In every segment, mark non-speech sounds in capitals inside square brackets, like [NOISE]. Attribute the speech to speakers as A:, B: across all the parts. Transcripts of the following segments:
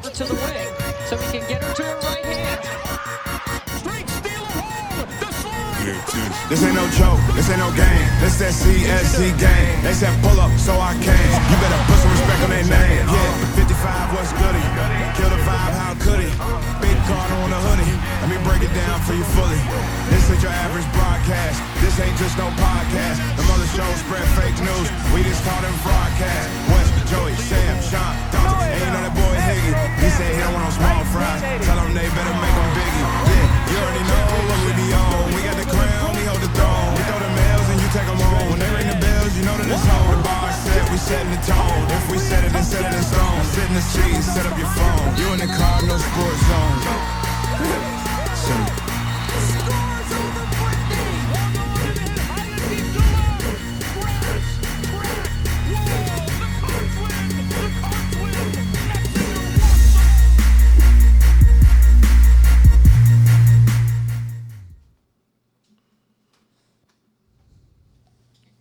A: to the wing so he can get her to her right hand.
B: Straight steal home. The slide.
C: This ain't no joke, this ain't no game. This that CSC game. They said pull up, so I came. You better put some respect on their name. Yeah, 55, what's goody? Kill the vibe, how could he? Big card on the hoodie. Let me break it down for you fully. This ain't your average broadcast. This ain't just no podcast. The mother show spread fake news. We just call them broadcast. West, Joey, Sam, Sean, Dawson. And you know that boy Higgy. He said he don't want no small fries. Tell him they better make them biggie. Yeah, you already know what we be on. We got the crown, we hold the throne. We throw the mails and you take them home. When they ring the bells, you know that it's on. The bar set, we setting the tone. If we set it, then set it in stone. Sit in the seat, set up your phone. You in the car, no sports zone. Set it.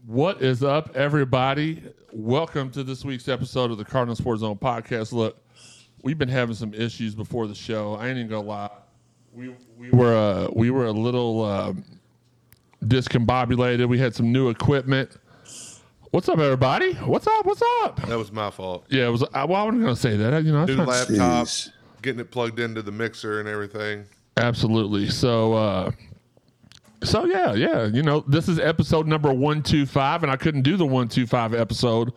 D: What is up, everybody? Welcome to this week's episode of the Cardinal Sports Zone podcast. Look, we've been having some issues before the show. I ain't even gonna lie. We we were uh, we were a little um, discombobulated. We had some new equipment. What's up, everybody? What's up? What's up?
E: That was my fault.
D: Yeah, it was. I, well, I wasn't gonna say that. I- You know, I
E: New
D: tried-
E: laptop,
F: Jeez.
E: getting it plugged into the mixer and everything.
D: Absolutely. So, uh, so yeah, yeah. You know, this is episode number one two five, and I couldn't do the one two five episode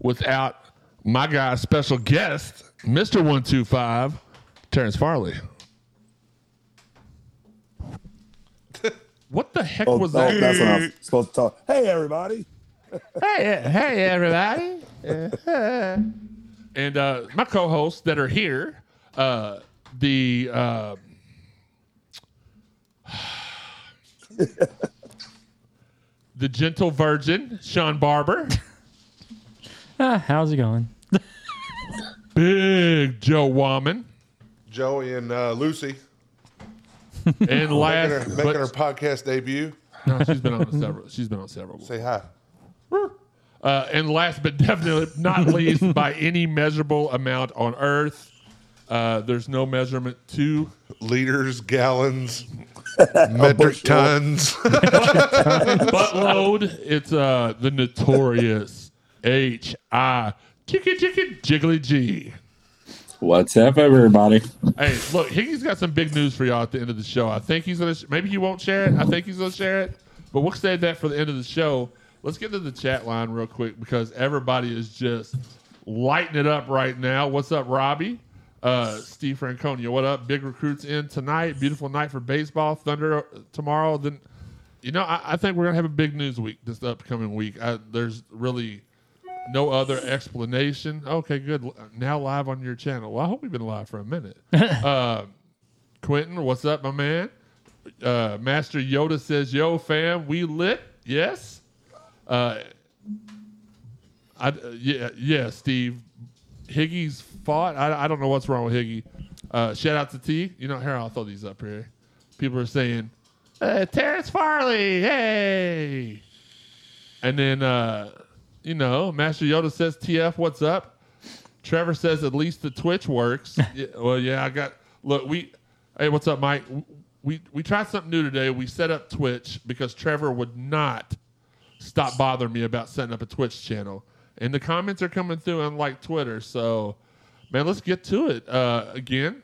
D: without my guy, special guest, Mister One Two Five, Terrence
F: [LAUGHS]
D: Farley. What the heck
F: Oh,
D: was
F: oh,
D: that?
F: that's
G: [LAUGHS]
F: what I'm supposed to talk. Hey, everybody.
D: hey, hey, everybody. [LAUGHS] and uh, my co hosts that are here, uh, the. Uh, [SIGHS] the gentle virgin, Sean [LAUGHS] Barber,
A: [LAUGHS] Ah, how's it going?
D: big Joe Woman,
E: Joey and uh, Lucy
D: and
E: making,
D: last
E: her, making her podcast debut.
D: [LAUGHS] no, she's been on several. She's been on several.
E: Say hi.
D: Uh, and last but definitely
E: [LAUGHS]
D: not least, by any measurable amount on Earth, uh, there's no measurement to
E: Liters, gallons, metric tons. [LAUGHS]
D: buttload. It's uh the notorious H I chicken chicken jiggly G.
H: What's up, everybody?
D: Hey, look, Higgy's got some big news for y'all at the end of the show. I think he's gonna sh- maybe he won't share it. I think he's gonna share it, but we'll save that for the end of the show. Let's get to the chat line real quick because everybody is just lighting it up right now. What's up, Robbie? Uh, Steve Franconia, what up? Big recruits in tonight. Beautiful night for baseball. Thunder uh, tomorrow. Then, you know, I, I think we're gonna have a big news week this upcoming week. I, there's really no other explanation. Okay, good. Now live on your channel. Well, I hope we've been live for a minute. uh, Quentin, what's up, my man? Uh, Master Yoda says, "Yo, fam, we lit." Yes. Uh, I, yeah, yeah. Steve Higgy's fought. I, I don't know what's wrong with Higgy. Uh, shout out to T. You know, here I'll throw these up here. People are saying, uh, "Terrence Farley, hey!" And then, uh, you know, Master Yoda says, "TF, what's up?" Trevor says, "At least the Twitch works." yeah, well, yeah, I got. Look, we. Hey, what's up, Mike? We we tried something new today. We set up Twitch because Trevor would not stop bothering me about setting up a Twitch channel, and the comments are coming through, unlike Twitter. So, man, let's get to it. Uh, again,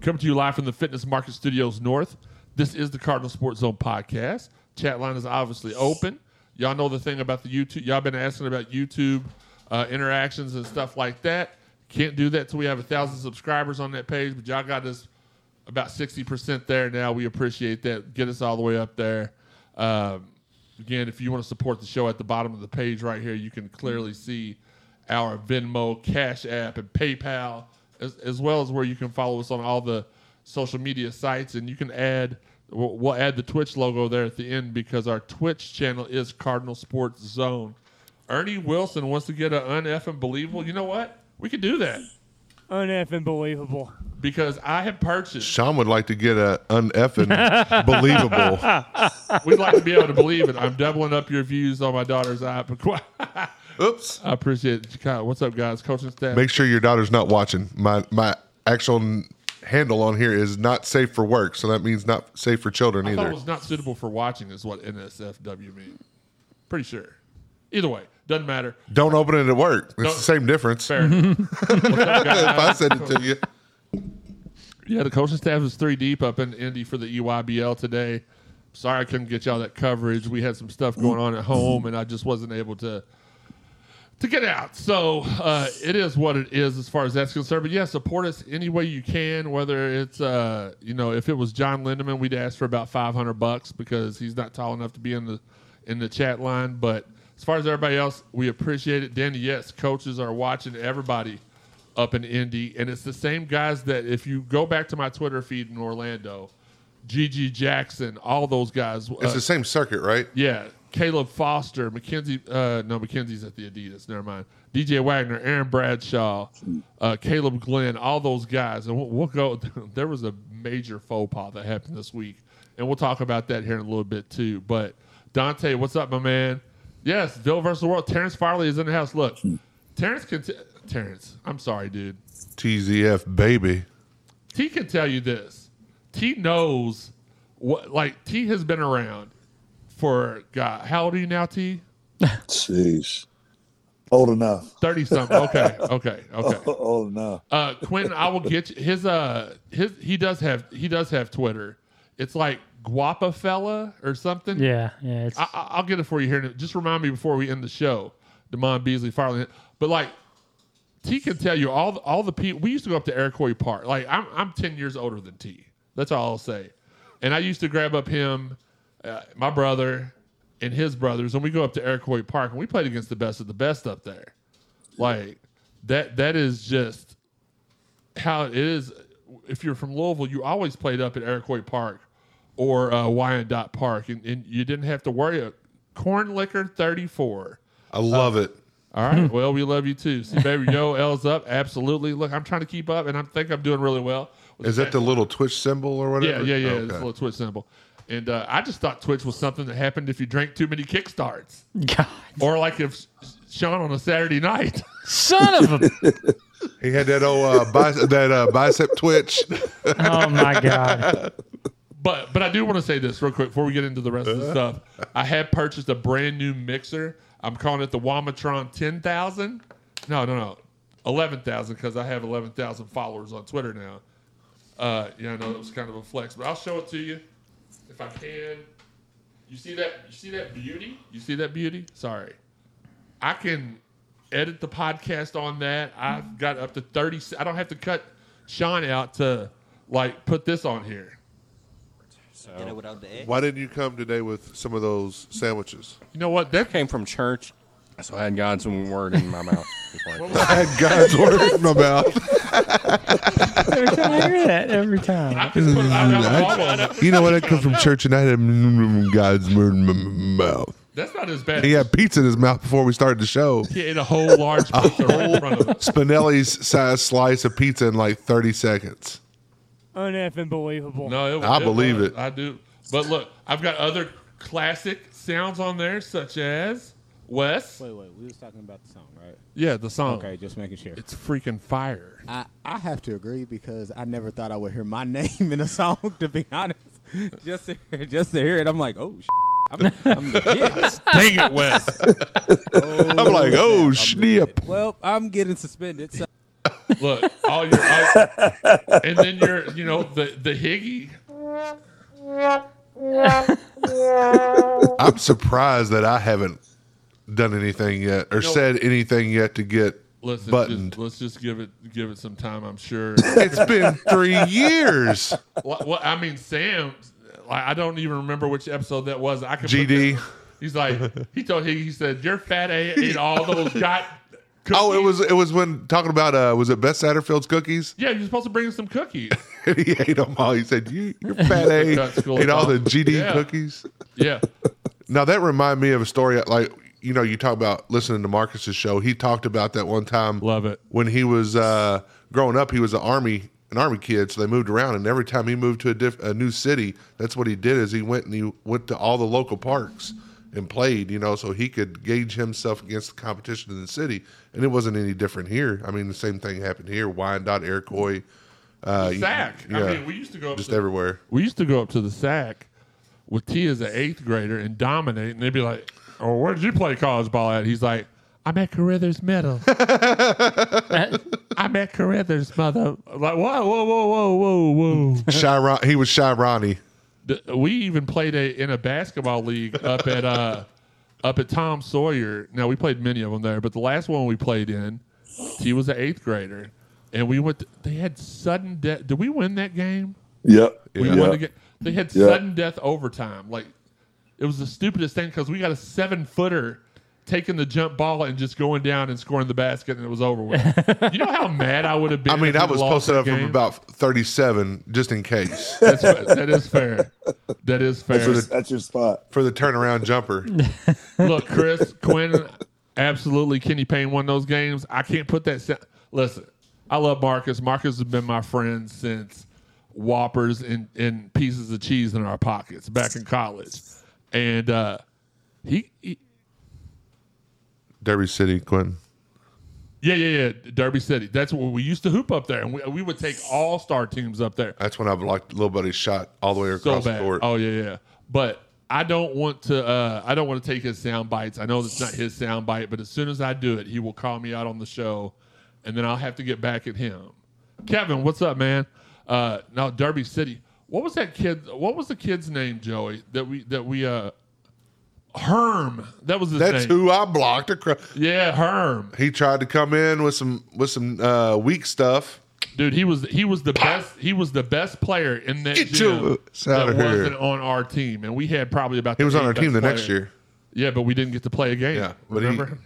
D: Coming to you live from the Fitness Market Studios North. This is the Cardinal Sports Zone podcast. Chat line is obviously open. Y'all know the thing about the YouTube. Y'all been asking about YouTube uh, interactions and stuff like that. Can't do that till we have a thousand subscribers on that page. But y'all got us about sixty percent there now. We appreciate that. Get us all the way up there. Um, again, if you want to support the show at the bottom of the page right here, you can clearly see our Venmo, Cash App, and PayPal, as, as well as where you can follow us on all the social media sites. And you can add, we'll, we'll add the Twitch logo there at the end because our Twitch channel is Cardinal Sports Zone. Ernie Wilson wants to get an uneffing believable. You know what? We could do that
A: Uneffing believable.
D: because I have purchased.
E: Sean would like to get a
D: [LAUGHS]
E: uneffing believable.
D: [LAUGHS] We'd like to be able to believe it. I'm doubling up your views on my daughter's iPad.
E: Oops.
D: I appreciate it. Chicago. What's up, guys? Coaching staff.
E: Make sure your daughter's not watching. My my actual n- handle on here is not safe for work, so that means not safe for children
D: I thought
E: either.
D: it was not suitable for watching is what NSFW means. Pretty sure. Either way, doesn't matter.
E: Don't open it at work. It's
D: Don't-
E: the same difference. [LAUGHS]
D: Fair enough.
E: if I said it to
D: [LAUGHS]
E: you,
D: Yeah, the coaching staff is three deep up in Indy for the E EYBL today. Sorry I couldn't get y'all that coverage. We had some stuff going on at home, and I just wasn't able to to get out. So uh, it is what it is as far as that's concerned. But yeah, support us any way you can. Whether it's uh, you know, if it was John Lindeman, we'd ask for about five hundred bucks because he's not tall enough to be in the in the chat line. But as far as everybody else, we appreciate it. Danny, yes, coaches are watching everybody up in Indy, and it's the same guys that if you go back to my Twitter feed in Orlando, GG Jackson, all those guys.
E: it's
D: uh,
E: the same circuit, right?
D: yeah, Caleb Foster, Mackenzie. Uh, no, Mackenzie's at the Adidas. Never mind. DJ Wagner, Aaron Bradshaw, uh, Caleb Glenn, all those guys, and we'll, we'll go. [LAUGHS] There was a major faux pas that happened this week, and we'll talk about that here in a little bit too. But Dante, what's up, my man? Yes, Bill versus the world. Terrence Farley is in the house. Look, Terrence can. T- Terrence, I'm sorry, dude.
E: TZF baby.
D: T can tell you this. T knows what. Like T has been around for God. How old are you now, T?
F: Jeez. Old enough.
D: 30 something. Okay. Okay. Okay.
F: Old enough.
D: Uh Quentin, I will get you his uh his he does have he does have Twitter. It's like Guapa fella or something.
A: Yeah, yeah. It's,
D: I, I- I'll get it for you here. in a- Just remind me before we end the show, Demond Beasley Farley. But like, T can tell you all the, all the people. We used to go up to Iroquois Park. Like I'm I'm ten years older than T. That's all I'll say. And I used to grab up him, uh, my brother, and his brothers, and we go up to Iroquois Park and we played against the best of the best up there. Like that that is just how it is. If you're from Louisville, you always played up at Iroquois Park or uh, Wyandotte Park, and, and you didn't have to worry. Corn liquor thirty four.
E: I love it.
D: All right. Well, we love you too. See, baby, yo, L's up. Absolutely. Look, I'm trying to keep up, and I think I'm doing really well.
E: Is that the little Twitch symbol or
D: Yeah,
E: whatever?
D: yeah, yeah. It's
E: Okay.
D: a little Twitch symbol. And uh, I just thought Twitch was something that happened if you drank too many Kickstarts,
A: God,
D: or like if Sean on a Saturday night.
A: son of a! [LAUGHS]
E: He had that old uh, [LAUGHS] bicep, that uh, bicep twitch.
A: Oh my God!
D: But but I do want to say this real quick before we get into the rest of the stuff. I had purchased a brand new mixer. I'm calling it the Wamatron 10,000. No, no, no. 11,000 because I have 11,000 followers on Twitter now. Uh, yeah, I know that was kind of a flex, but I'll show it to you if I can. You see that? You see that beauty? You see that beauty? Sorry. I can edit the podcast on that. I've got up to 30. se- I don't have to cut Sean out to like put this on here.
G: Dinner without the egg.
E: Why didn't you come today with some of those sandwiches?
D: You know what? That
G: Came from church, so I had God's word in my mouth. Just like-
E: I had [LAUGHS] God's word in my mouth.
A: Every time I hear that, every time.
D: I just put
E: [LAUGHS]
D: it out on the wall on it.
E: You know what? I come from church and I had God's word in my mouth.
D: That's not as bad.
E: He had pizza in his mouth before we started the show.
D: He ate a whole
E: [LAUGHS]
D: large pizza right in front of us.
E: Spinelli's size slice of pizza in like 30 seconds.
A: Uneffing believable.
D: No, it,
E: I believe
D: was.
E: it.
D: I do. But look, I've got other classic sounds on there, such as Wes.
I: Wait, wait, we was talking about the song, right?
D: Yeah, the song.
I: Okay, just making sure.
D: It's freaking fire.
I: I, I have to agree because I never thought I would hear my [LAUGHS] name in a song, to be honest. Just to hear, just to hear it, I'm like, oh, sh- I'm, I'm the kid.
D: [LAUGHS] Dang it, Wes.
E: I'm like, oh, snip.
I: Well, I'm getting suspended. So.
D: [LAUGHS] Look, all your all, and then your, you know, the the Higgy.
E: I'm surprised that I haven't done anything yet or
D: No.
E: said anything yet to get
D: Listen,
E: buttoned.
D: just, let's just give it give it some time.
E: [LAUGHS]
D: I'm sure.
E: it's been
D: [LAUGHS]
E: three years.
D: well, well, I mean, Sam. Like, I don't even remember which episode that was. I could put
E: GD.
D: that-
E: [LAUGHS]
D: He's like, he told he, he said, "Your fat ass ate all those got."
E: Oh, it was it was when talking about uh was it Beth Satterfield's cookies? [LAUGHS]
D: Yeah, you're supposed to bring him some cookies.
E: And he ate them all. He said, "You, you're fat
D: [LAUGHS] That's
E: A,
D: cool.
E: ate all the GD
D: Yeah.
E: cookies."
D: Yeah,
E: Now that reminded me of a story. Like you know, you talk about listening to Marcus's show. He talked about that one time.
D: Love it.
E: When he was uh, growing up, he was an army an army kid, so they moved around. And every time he moved to a, diff- a new city, that's what he did. Is he went and he went to all the local parks and played, you know, so he could gauge himself against the competition in the city. And it wasn't any different here. I mean, the same thing happened here. Wyandotte, Iroquois, uh, you-
D: Sack.
E: yeah,
D: I mean, we used to go up
E: just
D: to, [LAUGHS]
E: everywhere.
D: we used to go up to the sack with T as an eighth grader and dominate, and they'd be like, "Oh, where did you play college ball at?" He's like, "I'm at
E: [LAUGHS]
D: Carruthers Middle. [LAUGHS] I'm at Carruthers, mother." Like, whoa, whoa, whoa, whoa, whoa, whoa.
E: Shy Ron, he was Shy Ronnie.
D: D- we even played a, in a basketball league up at uh, up at Tom Sawyer. Now we played many of them there, but the last one we played in, he was an eighth grader, and we went. To, they had sudden death. Did we win that game?
F: Yep.
D: We
F: yep.
D: won the game. They had
F: Yeah.
D: sudden death overtime. Like it was the stupidest thing because we got a seven footer taking the jump ball and just going down and scoring the basket, and it was over with. you know how mad I would have been.
E: I mean,
D: if
E: I
D: we
E: was
D: lost
E: posted
D: that
E: up from
D: game?
E: about 37 just in
D: [LAUGHS]
E: case
D: That's, fa- that is fair. That is fair.
F: That's your spot.
E: for the turnaround
D: [LAUGHS]
E: jumper.
D: Look, Chris Quinn, absolutely. Kenny Payne won those games. I can't put that. sa- Listen, I love Marcus. Marcus has been my friend since whoppers and, and pieces of cheese in our pockets back in college, and uh, he, he,
E: Derby City, Quentin.
D: yeah, yeah, yeah, Derby City. That's where we used to hoop up there, and we, we would take all star teams up there.
E: That's when I blocked little buddy's shot all the way
D: so
E: across the
D: bad.
E: court.
D: Oh yeah, yeah. But I don't want to. Uh, I don't want to take his sound bites. I know that's not his sound bite, but as soon as I do it, he will call me out on the show, and then I'll have to get back at him. Kevin, what's up, man? Uh, now Derby City. What was that kid? What was the kid's name, Joey? That we that we uh, Herm. That was his
E: That's
D: name.
E: who I blocked across.
D: Yeah, Herm.
E: He tried to come in with some with some uh, weak stuff.
D: Dude, he was he was the best. He was the best player in that
E: Get
D: gym
E: your ass outta
D: that
E: here.
D: wasn't on our team, and we had probably about.
E: He was on
D: eighth
E: our team the
D: best
E: next
D: player.
E: year.
D: Yeah, but we didn't get to play a game.
E: Yeah, but he,
D: remember?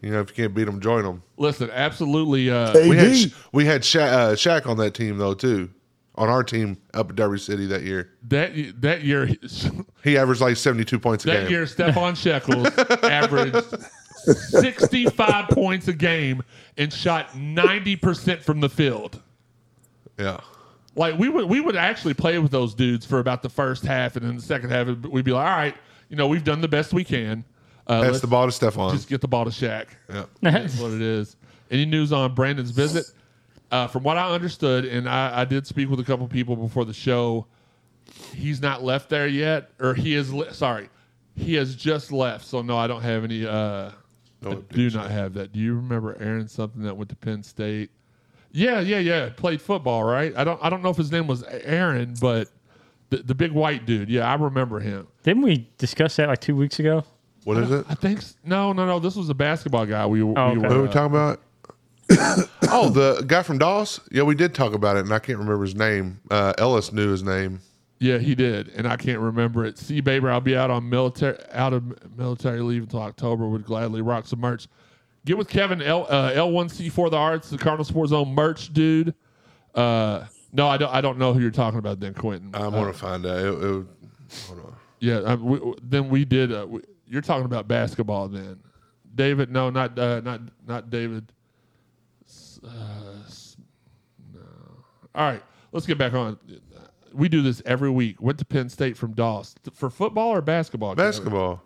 E: you know, if you can't beat him, join him.
D: Listen, absolutely. Uh,
F: Hey,
E: We had
F: D.
E: we had Sha- uh, Shaq on that team though too, on our team up at Derby City that year.
D: that y- that year, [LAUGHS] that
E: He averaged like seventy two points a game. [LAUGHS]
D: year, Stephon Shekels averaged sixty-five points a game and shot ninety percent from the field.
E: Yeah,
D: Like we would we would actually play with those dudes for about the first half, and then the second half we'd be like, all right, you know, we've done the best we can. Uh,
E: that's
D: let's
E: the ball to Stephon.
D: Just get the ball to Shaq.
E: yeah.
D: [LAUGHS] That's what it is. Any news on Brandon's visit? Uh, from what I understood, and I, I did speak with a couple people before the show, he's not left there yet, or he is. Le- sorry, he has just left. So no, I don't have any. Uh,
E: No
D: I
E: updates
D: do not have that. Do you remember Aaron something that went to Penn State? Yeah, yeah, yeah. Played football, right? I don't. I don't know if his name was Aaron, but the, the big white dude. Yeah, I remember him.
A: Didn't we discuss that like two weeks ago?
E: What
D: [LAUGHS]
E: is it?
D: I think s- no, no, no. This was a basketball guy. We, we
A: okay.
E: What are
D: were
E: we
D: uh,
E: talking about? oh, the guy from Dawes. Yeah, we did talk about it, and I can't remember his name. Uh, Ellis knew his name.
D: Yeah, he did, and I can't remember it. See, Baber, I'll be out on military out of military leave until October. Would gladly rock some merch. Get with Kevin L uh, L one C for the arts, the Cardinal Sports Zone merch, dude. Uh, no, I don't. I don't know who you're talking about, then Quentin.
E: I'm
D: Uh,
E: gonna find out. It- it- hold on.
D: yeah, I, we, we- then we did. Uh, we, you're talking about basketball, then David. No, not uh, not not David. S- Uh, s- no. All right, let's get back on. We do this every week. Went to Penn State from Doss for football or basketball. Kevin?
E: Basketball.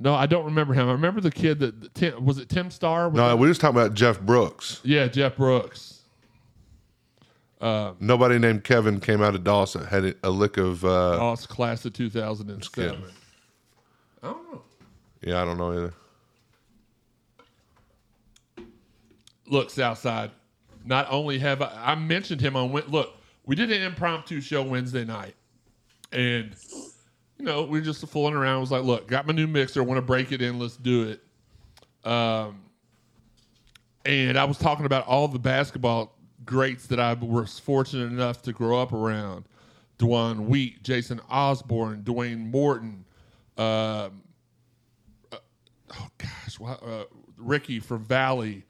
D: No, I don't remember him. I remember the kid that that Tim, was it Tim Starr? Was
E: No,
D: that-
E: we were just talking about Jeff Brooks.
D: yeah, Jeff Brooks.
E: Nobody named Kevin came out of Dawes that had a lick of. Uh,
D: Doss class of two thousand and seven.
E: kidding.
D: I don't know.
E: Yeah, I don't know either.
D: look, Southside, not only have I, I mentioned him on, Wed- look, we did an impromptu show Wednesday night. And, you know, we were just fooling around. I was like, look, got my new mixer. Want to break it in. Let's do it. Um, and I was talking about all the basketball greats that I was fortunate enough to grow up around. Dwan Wheat, Jason Osborne, Dwayne Morton, um, oh gosh, why, uh, Ricky from Valley,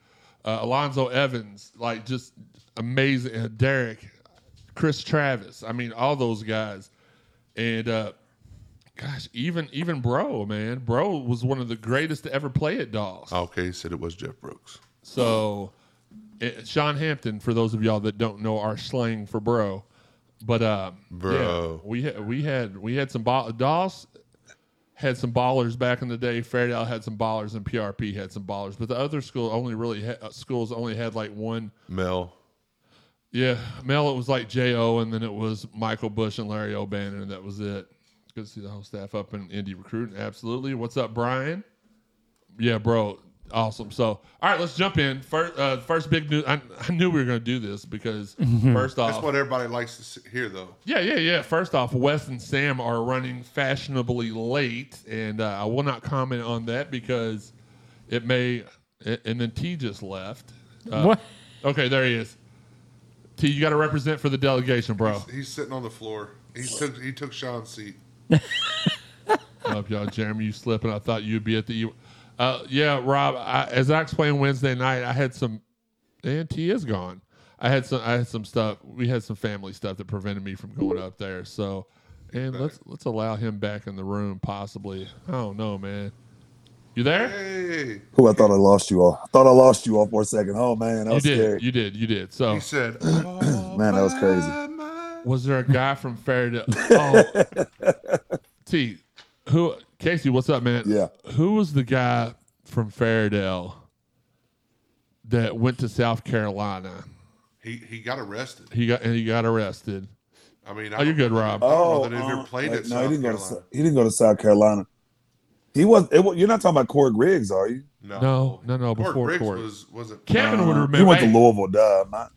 D: uh, Alonzo Evans, like just amazing. Uh, Derek, Chris Travis. I mean, all those guys, and uh, gosh, even even Bro, man, Bro was one of the greatest to ever play at Dawes.
E: Oh, Okay, he said it was Jeff Brooks.
D: So, it, Sean Hampton, for those of y'all that don't know our slang for bro, but um,
E: Bro.
D: yeah, we had we had we had some ball, Doss had some ballers back in the day. Fairdale had some ballers, and PRP had some ballers. But the other school only really ha- uh, schools only had like one.
E: Mel.
D: Yeah, Mel. It was like Jo, and then it was Michael Bush and Larry O'Bannon, and that was it. Good to see the whole staff up in Indy recruiting. Absolutely. What's up, Brian? Yeah, bro. Awesome. So, all right, let's jump in. First, uh, first big news. I, I knew we were going to do this because first
E: [LAUGHS]
D: off,
E: That's what everybody likes to s- hear, though.
D: yeah, yeah, yeah. First off, Wes and Sam are running fashionably late, and uh, I will not comment on that because it may. a- And then T just left. Uh,
A: What?
D: Okay, there he is. T, you got to represent for the delegation, bro.
E: He's sitting on the floor. He took he took Sean's seat.
D: up, y'all. Jeremy, you slipping. I thought you'd be at the. U- Uh, yeah, Rob. I, as I explained Wednesday night, I had some. And T is gone. I had some. I had some stuff. We had some family stuff that prevented me from going up there. So, and let's let's allow him back in the room. Possibly. I don't know, man. You there?
E: Hey,
F: Who I thought I lost you all. I thought I lost you all for a second. Oh man, that
D: You
F: was
D: did.
F: scary.
D: You did. You did. So,
E: he said, "All
F: Man, that was
E: by
F: crazy.
E: my-"
D: was there a guy from
A: [LAUGHS]
D: Faraday? Oh, T. Who? Casey, what's up, man?
F: Yeah.
D: who was the guy from Fairdale that went to South Carolina?
E: He he got arrested.
D: He got and he got arrested.
E: I mean, I
D: Oh, you're
E: don't-
D: good, Rob.
E: I don't
F: Oh,
E: know that he ever
F: uh,
E: played
F: wait,
E: at
F: no,
E: South
F: he didn't go
E: Carolina.
F: to. He didn't go to South Carolina. He was. It, wa- you're not talking about Corey Griggs, are you?
D: No, no, no,
E: Mark
D: before
E: Briggs
D: court.
E: was wasn't.
D: Kevin would remember.
F: He went to
D: Hey,
F: Louisville, duh. Not,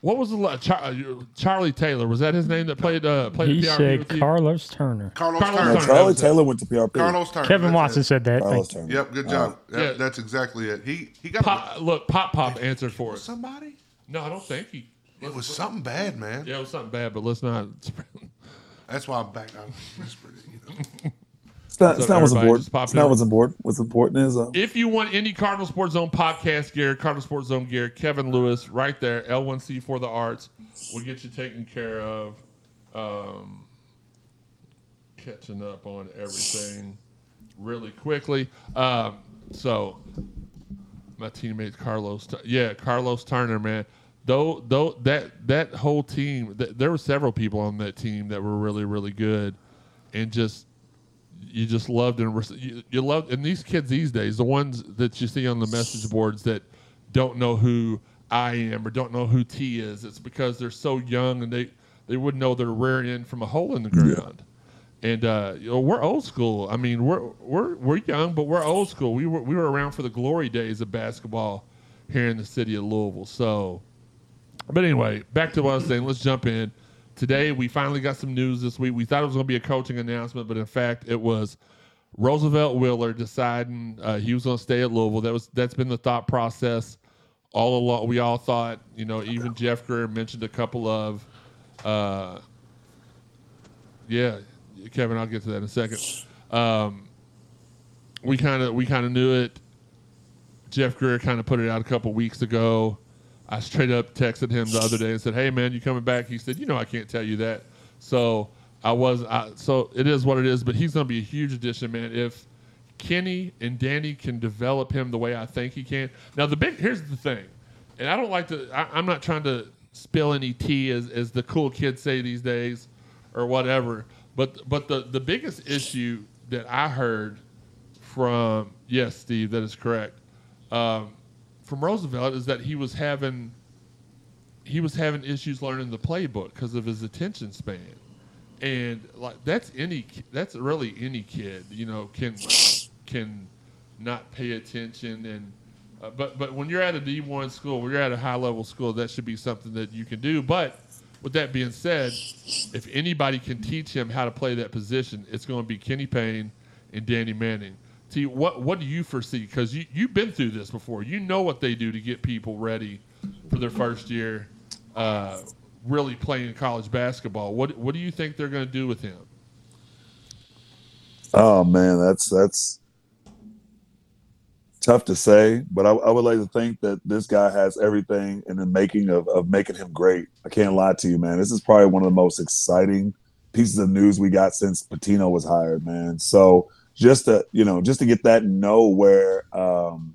D: What was the la- Char- uh, Charlie Taylor? Was that his name that played uh, played
A: He
D: PRP
A: said
D: with you?
A: Carlos Turner.
E: Carlos
D: Carlos
E: Turner.
F: no,
D: Turner.
F: Charlie
D: was it.
F: Taylor went to PRP.
E: Carlos Turner.
A: Kevin
E: that's
A: Watson
E: it.
A: said that.
F: Carlos
A: Thank you.
F: Turner.
E: Yep, good job. Yep,
D: Oh, Yeah.
E: That's exactly it. He he got
D: Pop, look, Pop Pop answered for it.
E: somebody.
D: No, I don't think he.
E: It was something bad, man.
D: Yeah, it was something bad, but let's not.
E: That's why I'm back. I'm whispering. You
D: [LAUGHS]
E: know.
F: Stan,
D: So
F: Stan was
D: everybody
F: aboard.
D: just popped
F: Stan
D: in.
F: was aboard. What's important is uh,
D: If you want any Cardinal Sports Zone podcast gear, Cardinal Sports Zone gear, Kevin Lewis, right there, L1C for the Arts, will get you taken care of. Um, catching up on everything really quickly. Um, so, my teammate Carlos, Tu- yeah, Carlos Turner, man. Though, though that that whole team, th- there were several people on that team that were really, really good, and just you just loved and res- you, you loved and these kids these days the ones that you see on the message boards that don't know who i am or don't know who t is it's because they're so young and they they wouldn't know their rear end from a hole in the ground and uh you know we're old school i mean we're we're we're young but we're old school we were we were around for the glory days of basketball here in the city of louisville so but anyway, back to what I was saying. Let's jump in. Today, we finally got some news this week. We thought it was going to be a coaching announcement, but in fact, it was Roosevelt Wheeler deciding uh, he was going to stay at Louisville. That was that's been the thought process all along. We all thought, you know, even Jeff Greer mentioned a couple of, uh, yeah, Kevin. I'll get to that in a second. Um, we kind of we kind of knew it. Jeff Greer kind of put it out a couple weeks ago. I straight up texted him the other day and said, "Hey man, you coming back?" He said, "You know I can't tell you that." So I was. I, so it is what it is. But he's going to be a huge addition, man. If Kenny and Danny can develop him the way I think he can. Now the big here's the thing, and I don't like to. I, I'm not trying to spill any tea as as the cool kids say these days, or whatever. But but the the biggest issue that I heard from yes, Steve, that is correct. Um, from Roosevelt is that he was having he was having issues learning the playbook because of his attention span, and like that's any ki- that's really any kid you know can can not pay attention and uh, but but when you're at a D one school, when you're at a high level school, that should be something that you can do. But with that being said, if anybody can teach him how to play that position, it's going to be Kenny Payne and Danny Manning. T, what what do you foresee? Because you you've been through this before. You know what they do to get people ready for their first year, uh, really playing college basketball. What what do you think they're going to do with him?
F: Oh man, that's that's tough to say, but I, I would like to think that this guy has everything in the making of, of making him great. I can't lie to you, man. This is probably one of the most exciting pieces of news we got since Patino was hired, man. So just to you know, just to get that and know where um,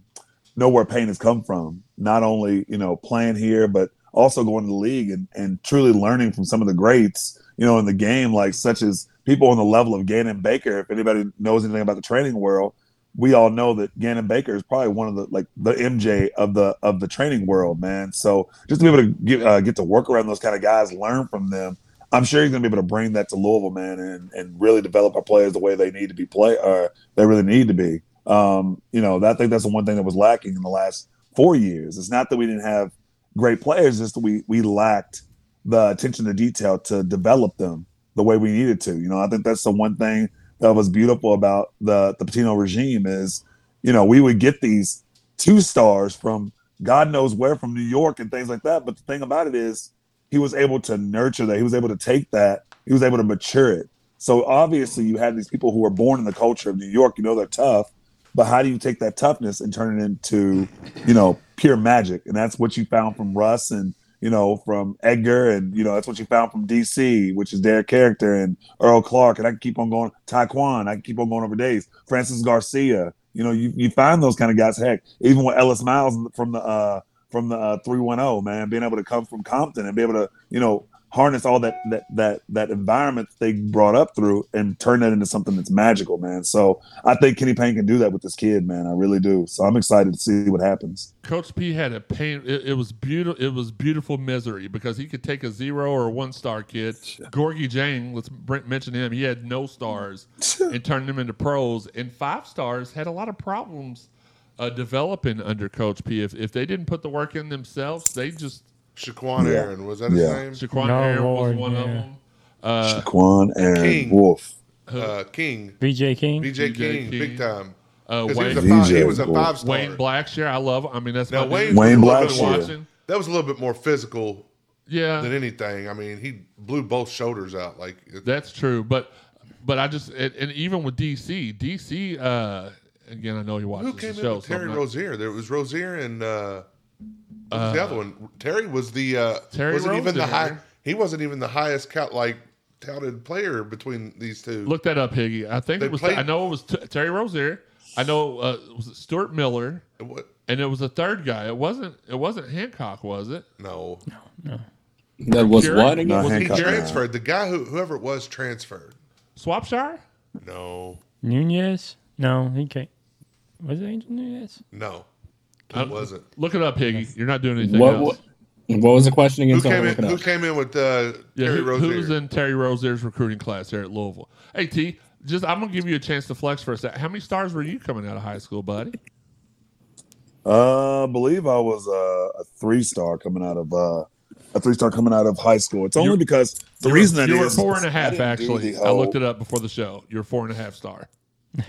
F: know where pain has come from. Not only you know playing here, but also going to the league and, and truly learning from some of the greats, you know, in the game, like such as people on the level of Gannon Baker, if anybody knows anything about the training world, we all know that Gannon Baker is probably one of the like the MJ of the of the training world, man. So just to be able to get uh, get to work around those kind of guys, learn from them. I'm sure he's going to be able to bring that to Louisville, man, and and really develop our players the way they need to be play or they really need to be. Um, you know, that, I think that's the one thing that was lacking in the last four years. It's not that we didn't have great players, it's that we we lacked the attention to detail to develop them the way we needed to. You know, I think that's the one thing that was beautiful about the the Patino regime is, you know, we would get these two stars from God knows where from New York and things like that. But the thing about it is, he was able to nurture that. He was able to take that. He was able to mature it. So obviously, you have these people who are born in the culture of New York. You know they're tough, but how do you take that toughness and turn it into, you know, pure magic? And that's what you found from Russ and you know, from Edgar, and you know that's what you found from DC, which is their character, and Earl Clark, and I can keep on going. Taquan, I can keep on going over days. Francis Garcia, you know, you, you find those kind of guys. Heck, even with Ellis Miles from the uh, from the three one zero man, being able to come from Compton and be able to, you know, harness all that that that that environment that they brought up through and turn that into something that's magical, man. So I think Kenny Payne can do that with this kid, man. I really do. So I'm excited to see what happens.
D: Coach P had a pain. It, it was beautiful. It was beautiful misery because he could take a zero or a one
E: [LAUGHS]
D: star kid. Gorgie Jang, let's bring, mention him. He had
E: [LAUGHS]
D: no stars and turned them into pros. And five stars had a lot of problems uh, developing under Coach P. If if they didn't put the work in themselves, they just
E: Shaquan
F: Yeah.
E: Aaron was that his
F: Yeah.
E: name?
D: Shaquan
A: No,
D: Aaron
A: Lord,
D: was one of
A: yeah.
D: them. Uh,
F: Quan Aaron
E: King.
F: Wolf.
E: Uh, King,
A: BJ King.
E: BJ
D: BJ
E: King,
D: King.
E: big time.
D: uh,
E: 'Cause he was a
D: Wayne,
E: five, he
F: VJ,
E: was a
F: boy.
E: five star.
D: Wayne Blackshear, I love. I mean, that's
E: Now
D: my
E: Wayne,
D: dude.
F: Wayne
E: was a little bit
F: Blackshear.
E: more-
D: Watching.
E: That was a little bit more physical
D: Yeah,
E: than anything. I mean, he blew both shoulders out. Like it-
D: That's true, but but I just and, and even with DC, DC uh, again, I know he watches
E: who came
D: the
E: in
D: show.
E: with
D: so I'm
E: Terry
D: not-
E: Rozier? There was Rozier and uh, what was the other one. Terry was the uh,
D: Uh, Terry
E: wasn't even the
D: Rozier.
E: high. He wasn't even the highest count like touted player between these two.
D: Look that up, Higgy. I think
E: They
D: it was.
E: played-
D: I know it was T- Terry Rozier. I know uh, was it Stuart Miller,
E: What?
D: and it was a third guy. It wasn't. It wasn't Hancock, was it?
E: No,
H: That was
D: Jared?
H: what again?
F: No,
E: he
F: Hancock,
E: transferred. The guy who whoever it was transferred.
D: Swapshire.
E: No,
A: Nunez? No, he can't. Was it Angel Nunez?
E: no, it
D: I-
E: wasn't.
D: Look it up, Higgy. You're not doing anything
H: What,
D: else.
H: what, what was the question again?
E: Who
H: So I'll
E: came
H: look
E: in?
H: it
E: Who
H: up.
E: came in with uh,
D: Yeah,
E: Terry
D: who,
E: Rozier?
D: who's in Terry Rozier's recruiting class there at Louisville? Hey T, just I'm gonna give you a chance to flex for a sec. How many stars were you coming out of high school, buddy?
F: Uh, I believe I was uh, a three star coming out of uh, a three star coming out of high school. It's only
D: You-
F: because
D: You
F: the
D: were-
F: reason that
D: you were
F: is-
D: four and a
F: I
D: half.
F: didn't do
D: Actually,
F: the
D: I
F: whole-
D: looked it up before the show. You're a four and a half star.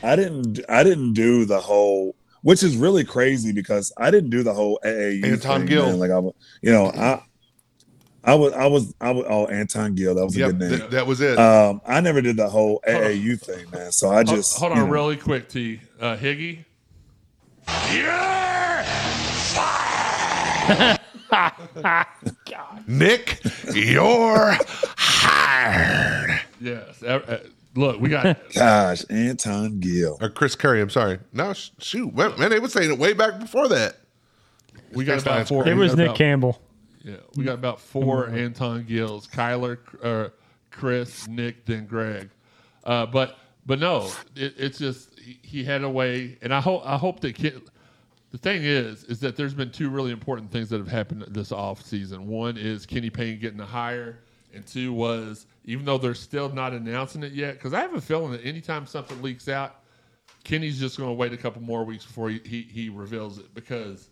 F: I didn't. I didn't do the whole, which is really crazy because I didn't do the whole AAU.
E: Anton
F: thing,
E: Gill.
F: man. like I, wa- you know, I, I was, I was, I was. Oh, Anton Gill, that was a
E: Yep,
F: good name.
E: th- that was it.
F: um, I never did the whole
D: Hold on.
F: AAU thing, man. So
D: Ho-
F: I just
D: hold
F: you
D: on,
F: know.
D: really quick, T. Uh, Higgy.
E: Nick, you're hired.
D: Yes. Uh, uh, look, we got
F: Gosh, Anton Gill.
E: Or Chris Curry, I'm sorry. No, sh- shoot. Man, man, they were saying it way back before that.
D: we got
E: Next
D: about
E: line's
D: four.
E: great.
A: It
D: we
A: was
D: got
A: Nick
D: about-
A: Campbell.
D: Yeah, we got about four Anton Gills, Kyler, uh, Chris, Nick, then Greg. Uh, but but no, it, it's just he, he had a way, and I hope I hope that kid. The thing is, is that there's been two really important things that have happened this off season. One is Kenny Payne getting a hire, and two was even though they're still not announcing it yet, because I have a feeling that anytime something leaks out, Kenny's just going to wait a couple more weeks before he, he, he reveals it because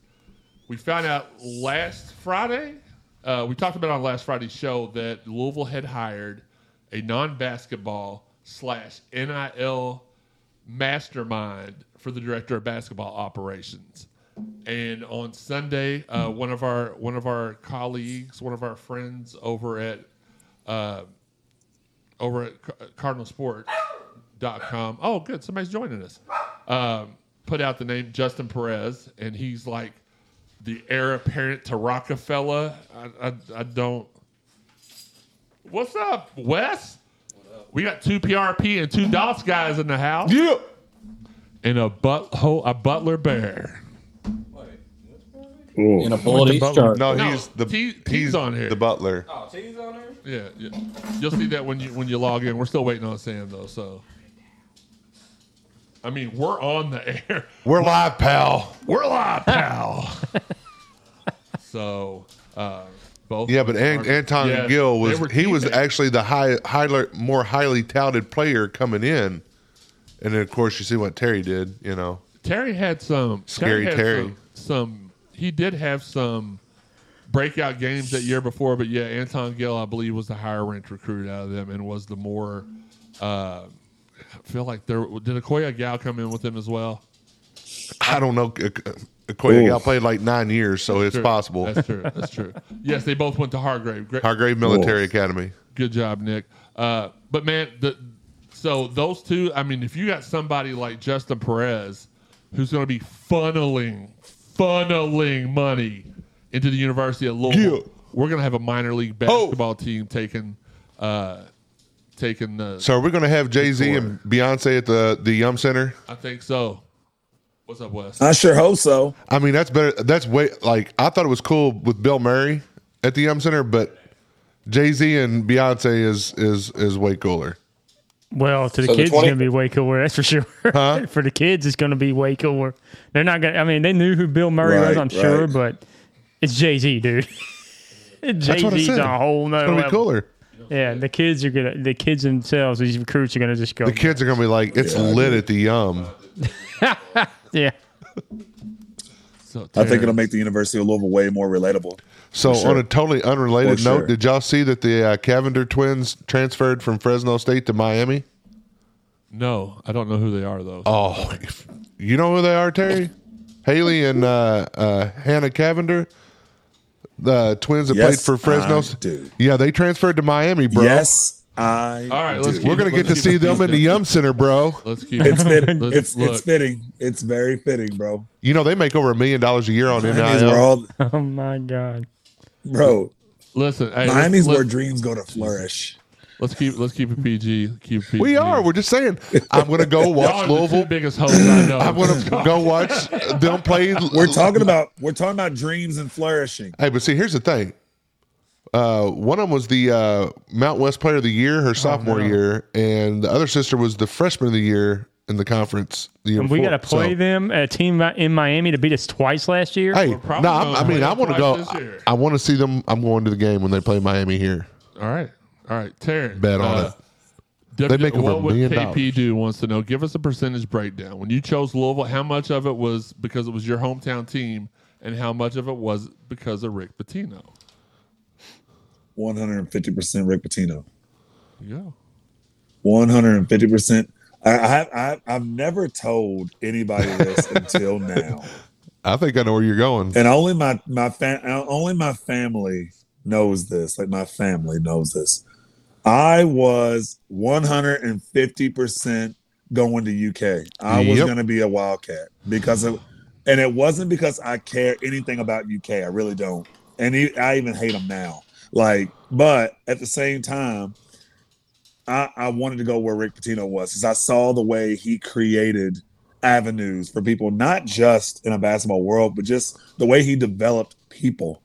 D: we found out last Friday. Uh, we talked about on last Friday's show that Louisville had hired a non-basketball slash NIL mastermind for the director of basketball operations. And on Sunday, uh, one of our one of our colleagues, one of our friends over at uh, over at Ca- cardinalsport.com. Oh, good, somebody's joining us. Um, put out the name Justin Perez, and he's like the heir apparent to Rockefeller. I, I, I don't. What's up, Wes? We got two PRP and two DOS guys in the house,
E: Yeah.
D: and a butthole, a butler bear.
H: in a bullet each chart.
E: No,
D: No,
E: Oh, he's the
D: T- T's
E: he's
D: on here.
E: The butler.
D: Yeah, yeah. You'll see that when you when you log in. We're still waiting on Sam though, so. I mean, we're on the air. [LAUGHS]
E: We're live, pal.
D: We're
E: [LAUGHS]
D: live, pal. so, uh, both.
E: Yeah, but An- Anton
D: Yeah,
E: Gill
D: they
E: was
D: were
E: he was
D: teammates.
E: actually the high, higher, more highly touted player coming in, and then of course you see what Terry did. You know,
D: Terry had some
E: Scary
D: had
E: Terry.
D: Some, some he did have some breakout games that year before, but yeah, Anton Gill I believe was the higher ranked recruit out of them and was the more. Uh, I feel like there did Akoya Gal come in with him as well.
E: I don't know. Akoya Gal played like nine years, so it's
D: True.
E: possible.
D: That's true. That's
E: [LAUGHS]
D: true. yes, they both went to Hargrave. Great,
E: Hargrave Military Academy.
D: good job, Nick. Uh, but man, the, so those two. I mean, if you got somebody like Justin Perez, who's going to be funneling, funneling money into the University of Louisville,
E: Yeah.
D: we're going to have a minor league
F: Oh.
D: basketball team taking, uh, taking the.
E: So are we going to have Jay Z and Beyonce at the the Yum Center?
D: I think so. What's up, Wes?
F: I sure hope so.
E: I mean, that's better. That's way like I thought it was cool with Bill Murray at the Yum Center, but Jay Z and Beyonce is is is way cooler.
A: Well, to the
H: So the
A: kids, it's
H: 20
A: going to be way cooler. That's for sure. [LAUGHS] for the kids, it's going to be way cooler. They're not going. to I mean, they knew who Bill Murray was,
F: Right,
A: I'm sure,
F: right.
A: but it's Jay Z, dude. [LAUGHS] Jay
E: what I
A: Z's
E: said.
A: on a whole
E: It's
A: nother
E: going to be
A: level.
E: cooler.
A: Yeah, the kids are gonna. The kids themselves, these recruits are gonna just go.
E: The kids are going to be like, it's lit at the Yum.
A: yeah, [LAUGHS]
D: So,
F: I think
D: Terrence.
F: it'll make the University of Louisville way more relatable.
E: So,
F: sure.
E: on a totally unrelated
F: For
E: note,
F: sure.
E: did y'all see that the uh, Cavender twins transferred from Fresno State to Miami?
D: No, I don't know who they are though.
E: Oh, [LAUGHS] you know who they are, Terry? Haley and uh, uh, Hannah Cavender, the twins that
F: Yes,
E: played for Fresno.
F: I
E: S-
F: do.
E: Yeah, they transferred to Miami, bro.
F: Yes, I.
D: All right, let's
F: do.
E: We're going to get
D: Let's
E: to
D: keep
E: see
D: it
E: them in the
D: consistent.
E: Yum Center, bro.
D: Let's keep.
F: It's fitting.
D: let's-
F: It's, it's
D: look.
F: fitting. It's very fitting, bro.
E: You know, they make over a million dollars a year on
F: Miami's where
E: NIL.
F: all,
A: Oh my god.
F: bro.
D: Listen, [LAUGHS] hey, let's-
F: Miami's
D: let's,
F: where dreams go to flourish.
D: let's keep. Let's keep it PG. Keep it PG.
E: We are. We're just saying. I'm going to go
D: [LAUGHS] Y'all are
E: watch
D: the two
E: Louisville.
D: biggest hoes I
E: [CLEARS THROAT]
D: know.
E: I'm going to go watch them play.
F: We're talking about we're talking about dreams and flourishing.
E: Hey, but see, here's the thing. Uh, one of them was the uh, Mount West Player of the Year
D: Oh,
E: her sophomore year, and the other sister was the Freshman of the Year in the conference. The year
A: And we
E: before.
A: got to play
E: So,
A: them a team in Miami to beat us twice last year.
E: Hey,
D: We're
E: no,
D: probably
E: I'm-
D: gonna
E: I mean,
D: play
E: I
D: them
E: want to
D: twice
E: go.
D: this year.
E: I, want to see them. I'm going to the game when they play Miami here.
D: All right. All right, Terrence. uh,
E: Bet on it.
D: W-
E: They make over
D: what
E: a
D: would
E: million
D: KP
E: dollars.
D: do wants to know. Give us a percentage breakdown. When you chose Louisville, how much of it was because it was your hometown team, and how much of it was because of Rick Pitino?
F: One hundred and fifty percent Rick Pitino.
D: Yeah.
F: One hundred and fifty percent. I, I, I I've never told anybody
D: [LAUGHS]
F: this until now,
E: I think I know where you're going.
F: and only my my fa- only my family knows this. Like my family knows this. I was one hundred and fifty percent going to UK. I was
E: Yep.
F: going to be a Wildcat because of, and it wasn't because I care anything about UK. I really don't, and e- I even hate them now. Like, but at the same time, I, I wanted to go where Rick Pitino was because I saw the way he created avenues for people, not just in a basketball world, but just the way he developed people.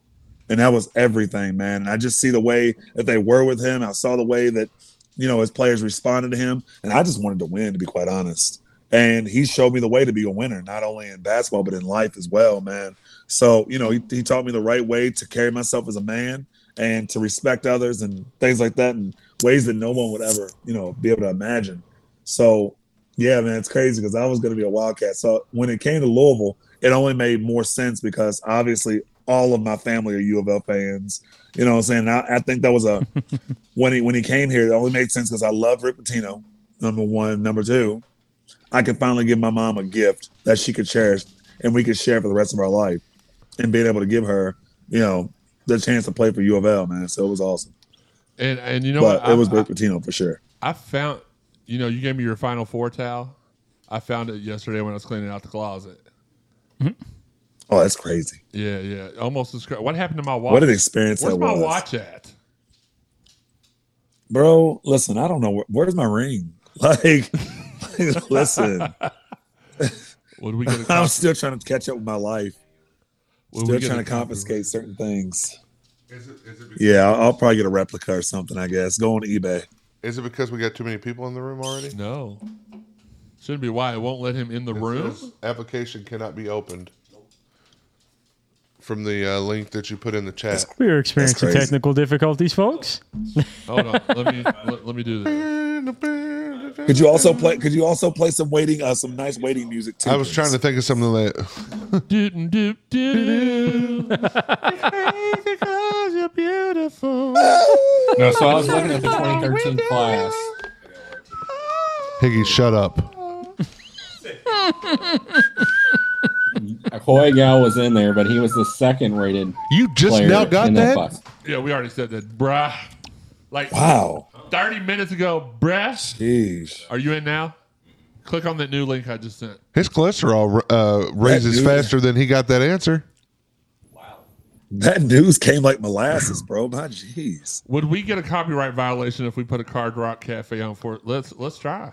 F: And that was everything, man. And I just see the way that they were with him. I saw the way that, you know, his players responded to him. And I just wanted to win, to be quite honest. And he showed me the way to be a winner, not only in basketball, but in life as well, man. So, you know, he, he taught me the right way to carry myself as a man and to respect others and things like that in ways that no one would ever, you know, be able to imagine. So, yeah, man, it's crazy because I was going to be a Wildcat. So when it came to Louisville, it only made more sense because obviously all of my family are U of L fans. You know what I'm saying? I, I think that
D: [LAUGHS]
F: was a when he when he came here, it only made sense because I love Rick Pitino, number one. Number two, I could finally give my mom a gift that she could cherish and we could share for the rest of our life. And being able to give her, you know, the chance to play for U of L, man. So it was awesome.
D: And and you know
F: But
D: what?
F: it was
D: I,
F: Rick Pitino for sure.
D: I, I found. You know, you gave me your final four towel. I found it yesterday when I was cleaning out the closet.
F: Oh, that's crazy.
D: Yeah, yeah. Almost as cra- What happened to my watch?
F: What an experience
D: Where's
F: that
D: my
F: was.
D: watch at?
F: bro listen i don't know where, where's my ring [LAUGHS] like listen
D: [LAUGHS] Would we get a
F: i'm
D: copy?
F: [LAUGHS] still trying to catch up with my life
D: Well,
F: Still
D: we get
F: trying
D: a
F: to confiscate certain things.
E: Is it, is, it because,
F: Yeah, I'll, I'll probably get a replica or something. I guess go on eBay.
E: is it because we got too many people in the room already?
D: No. Shouldn't be why it won't let him in the room.
E: This application cannot be opened from the uh, link that you put in the chat.
A: We were experiencing
F: crazy.
A: technical difficulties, folks.
D: Hold on. Let [LAUGHS] me let, let me do this.
F: Could you also play? Could you also play some waiting? Uh, some nice waiting music too.
E: I was
F: please?
E: trying to think of something that
D: Doot and doot doo. [LAUGHS] because you're beautiful.
H: No, so I was looking at the 2013 class.
E: Higgy, shut up.
H: Akoi Gal was in there, but he was the second rated
E: You just
H: player
E: now got
H: in
E: that?
H: that, class.
D: Yeah, we already said that, bruh. Like
F: Wow.
D: 30 minutes ago, bruh.
F: Jeez.
D: Are you in now? Click on that new link I just sent.
E: His cholesterol uh, raises
F: dude-
E: faster than he got that answer.
F: That news came like molasses, bro. My jeez.
D: Would we get a copyright violation if we put a Card Rock Cafe on for it? Let's let's try.